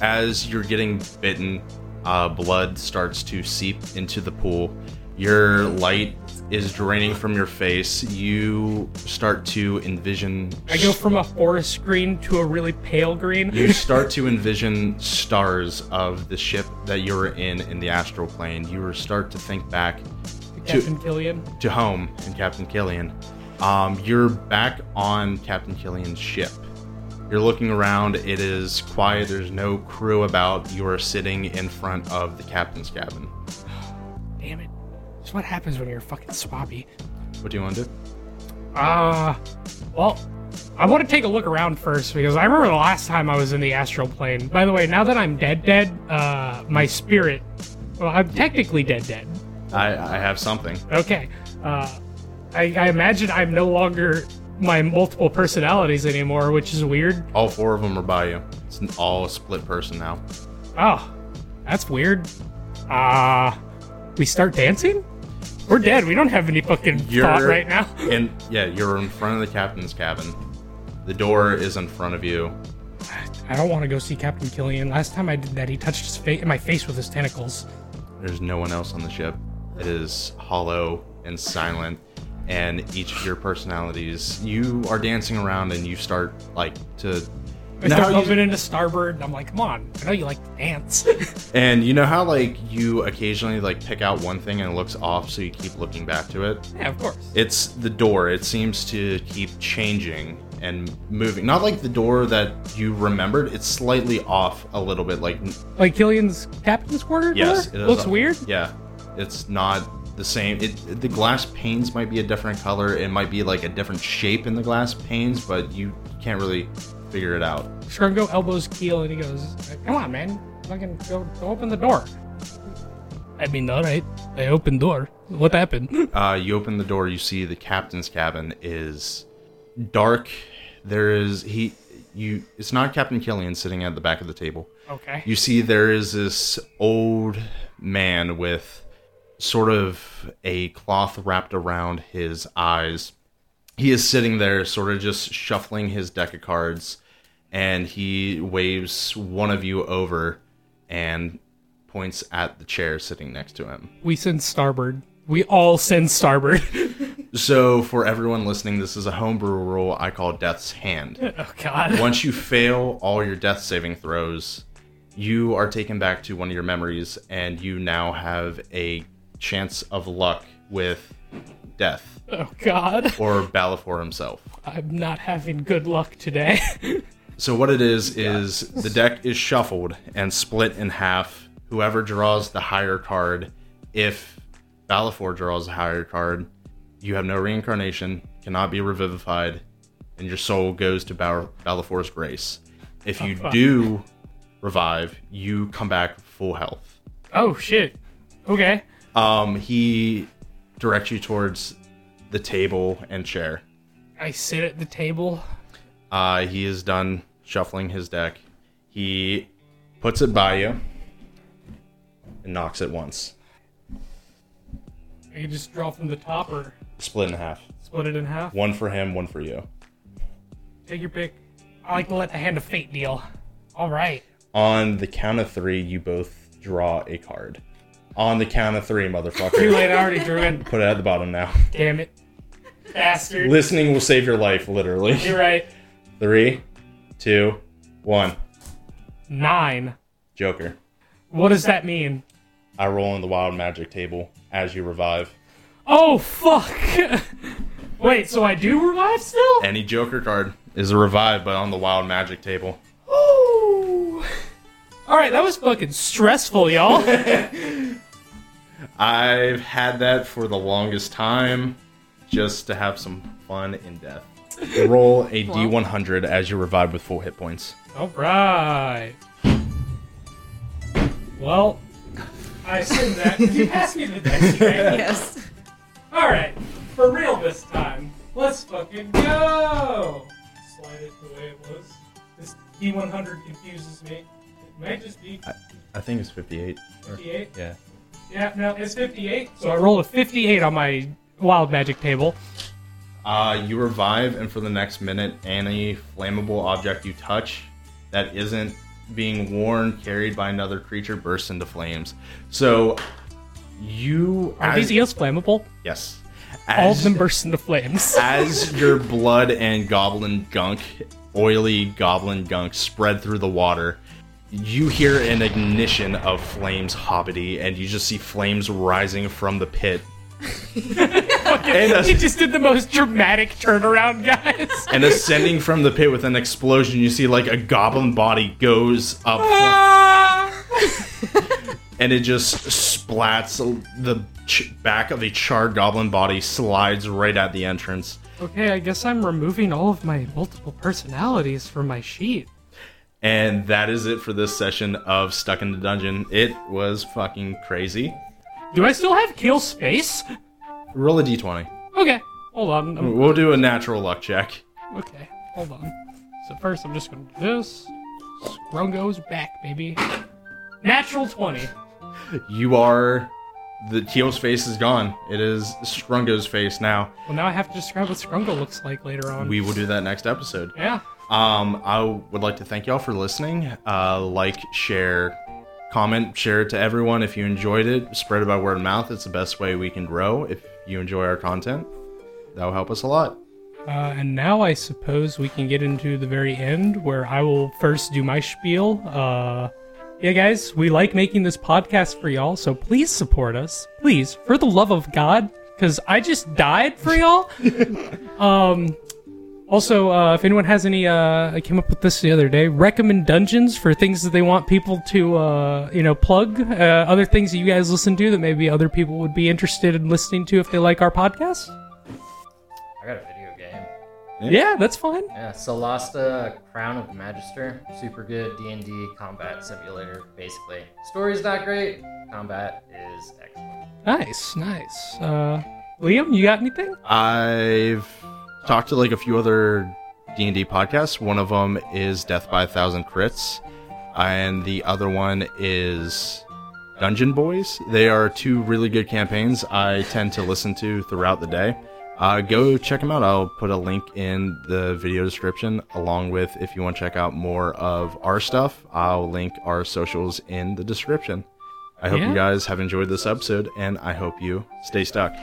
A: as you're getting bitten, uh, blood starts to seep into the pool. Your light is draining from your face. You start to envision.
B: I go from a forest green to a really pale green.
A: you start to envision stars of the ship that you were in in the astral plane. You start to think back
B: Captain Killian.
A: to home and Captain Killian. Um, you're back on Captain Killian's ship. You're looking around. It is quiet. There's no crew about. You are sitting in front of the captain's cabin.
B: Damn it. That's what happens when you're fucking swabby.
A: What do you want to do?
B: Ah, well, I want to take a look around first because I remember the last time I was in the astral plane. By the way, now that I'm dead, dead, uh, my spirit. Well, I'm technically dead, dead.
A: I, I have something.
B: Okay. Uh, I, I imagine I'm no longer my multiple personalities anymore, which is weird.
A: All four of them are by you. It's an all split person now.
B: Oh, that's weird. Ah, we start dancing? We're dead. We don't have any fucking thought right now.
A: And yeah, you're in front of the captain's cabin. The door is in front of you.
B: I don't want to go see Captain Killian. Last time I did that, he touched his fa- my face with his tentacles.
A: There's no one else on the ship. It is hollow and silent, and each of your personalities, you are dancing around and you start like to.
B: I
A: Now
B: start
A: you-
B: bumping into starboard, and I'm like, come on, I know you like to dance.
A: and you know how like you occasionally like pick out one thing and it looks off, so you keep looking back to it.
B: yeah, of course.
A: It's the door. It seems to keep changing and moving. Not like the door that you remembered. It's slightly off a little bit. Like
B: Like Killian's captain's quarter?
A: Yes,
B: door? Looks
A: a-
B: weird.
A: Yeah, it's not the same. It the glass panes might be a different color. It might be like a different shape in the glass panes, but you can't really figure it out.
B: Shrungo elbows Keel, and he goes, "Come on, man, fucking go, go open the door." I mean, all right, I opened door. What happened?
A: Uh, you open the door. You see the captain's cabin is dark. There is he. You. It's not Captain Killian sitting at the back of the table.
B: okay.
A: you see there is this old man with sort of a cloth wrapped around his eyes. He is sitting there, sort of just shuffling his deck of cards, and he waves one of you over and points at the chair sitting next to him.
B: we send starboard. We all send starboard.
A: So, for everyone listening, this is a homebrew rule I call Death's Hand.
B: oh God.
A: Once you fail all your death saving throws, you are taken back to one of your memories, and you now have a chance of luck with death
B: Oh God.
A: or Balafor himself.
B: I'm not having good luck today.
A: So what it is is the deck is shuffled and split in half. Whoever draws the higher card, if Balafor draws a higher card, you have no reincarnation, cannot be revivified, and your soul goes to Bal- Balafor's grace. If you do revive, you come back full health.
B: oh shit. Okay.
A: Um, he directs you towards the table and chair.
B: I sit at the table.
A: Uh, he is done shuffling his deck. He puts it by you and knocks it once.
B: I can just draw from the top or
A: Split in half.
B: split it in half.
A: One for him, one for you.
B: Take your pick. I like to let the hand of fate deal. All right.
A: On the count of three, you both draw a card. On the count of three,
B: Too
A: motherfucker.
B: late. I already drew in.
A: Put it at the bottom now.
B: Damn it. Bastard.
A: Listening will save your life, literally.
B: You're right.
A: Three, two, one.
B: Nine.
A: Joker.
B: What does that mean?
A: I roll on the wild magic table as you revive.
B: Oh fuck! Wait, so I do revive still?
A: Any Joker card is a revive, but on the wild magic table.
B: Ooh. All right, that was fucking stressful, y'all.
A: I've had that for the longest time, just to have some fun in death. Roll a d100 as you revive with full hit points.
B: All right. Well, I assume that Did you pass me the dice tray.
D: Yes.
B: All right, for real this time. Let's fucking go. Slide it the way it was. This D100 confuses me. It might just be
A: I think it's 58.
B: 58.
A: Yeah.
B: Yeah, no, it's 58. So I rolled a 58 on my wild magic table.
A: Uh, you revive, and for the next minute, any flammable object you touch that isn't being worn, carried by another creature, bursts into flames. So you
B: Are these eels flammable?
A: yes,
B: All
A: As-
B: of them burst into flames.
A: as your blood and goblin gunk, oily goblin gunk, spread through the water, you hear an ignition of flames, Hobbity, and you just see flames rising from the pit. and,
B: You
A: as-
B: just did the most dramatic turnaround, guys.
A: and ascending from the pit with an explosion, you see like a goblin body goes up.
B: Ah!
A: and it just splats the ch- back of a charred goblin body slides right at the entrance
B: okay, I guess I'm removing all of my multiple personalities from my sheet.
A: And that is it for this session of Stuck in the Dungeon. It was fucking crazy.
B: Do I still have Keel space?
A: Roll a d20.
B: Okay, hold on. I'm-
A: We'll do a natural luck check.
B: okay, hold on. So first, I'm just gonna do this. Rungo's back, baby. Natural 20.
A: You are. The teal's face is gone. It is Strungo's face now.
B: Well, now I have to describe what Scrungle looks like later on.
A: We will do that next episode.
B: yeah.
A: Um, I would like to thank y'all for listening. Uh, like, share, comment, share it to everyone if you enjoyed it. Spread it by word of mouth. It's the best way we can grow. If you enjoy our content, that will help us a lot.
B: Uh, and now I suppose we can get into the very end where I will first do my spiel. Uh, yeah, guys, we like making this podcast for y'all, so please support us. Please, for the love of God, because I just died for y'all. um, also, uh, if anyone has any, uh, I came up with this the other day. Recommend dungeons for things that they want people to, uh, you know, plug. Uh, other things that you guys listen to that maybe other people would be interested in listening to if they like our podcast.
E: I got a video game.
B: Yeah, that's fine.
E: Yeah, Solasta Crown of Magister, super good D&D combat simulator, basically. Story's not great, combat is excellent.
B: Nice, nice. Uh, Liam, you got anything?
A: I've talked to like a few other D and D podcasts. One of them is Death by a Thousand Crits, and the other one is Dungeon Boys. They are two really good campaigns I tend to listen to throughout the day. Uh, go check them out. I'll put a link in the video description, along with if you want to check out more of our stuff. I'll link our socials in the description. I hope
B: Yeah.
A: you guys have enjoyed this episode, and I hope you stay stuck.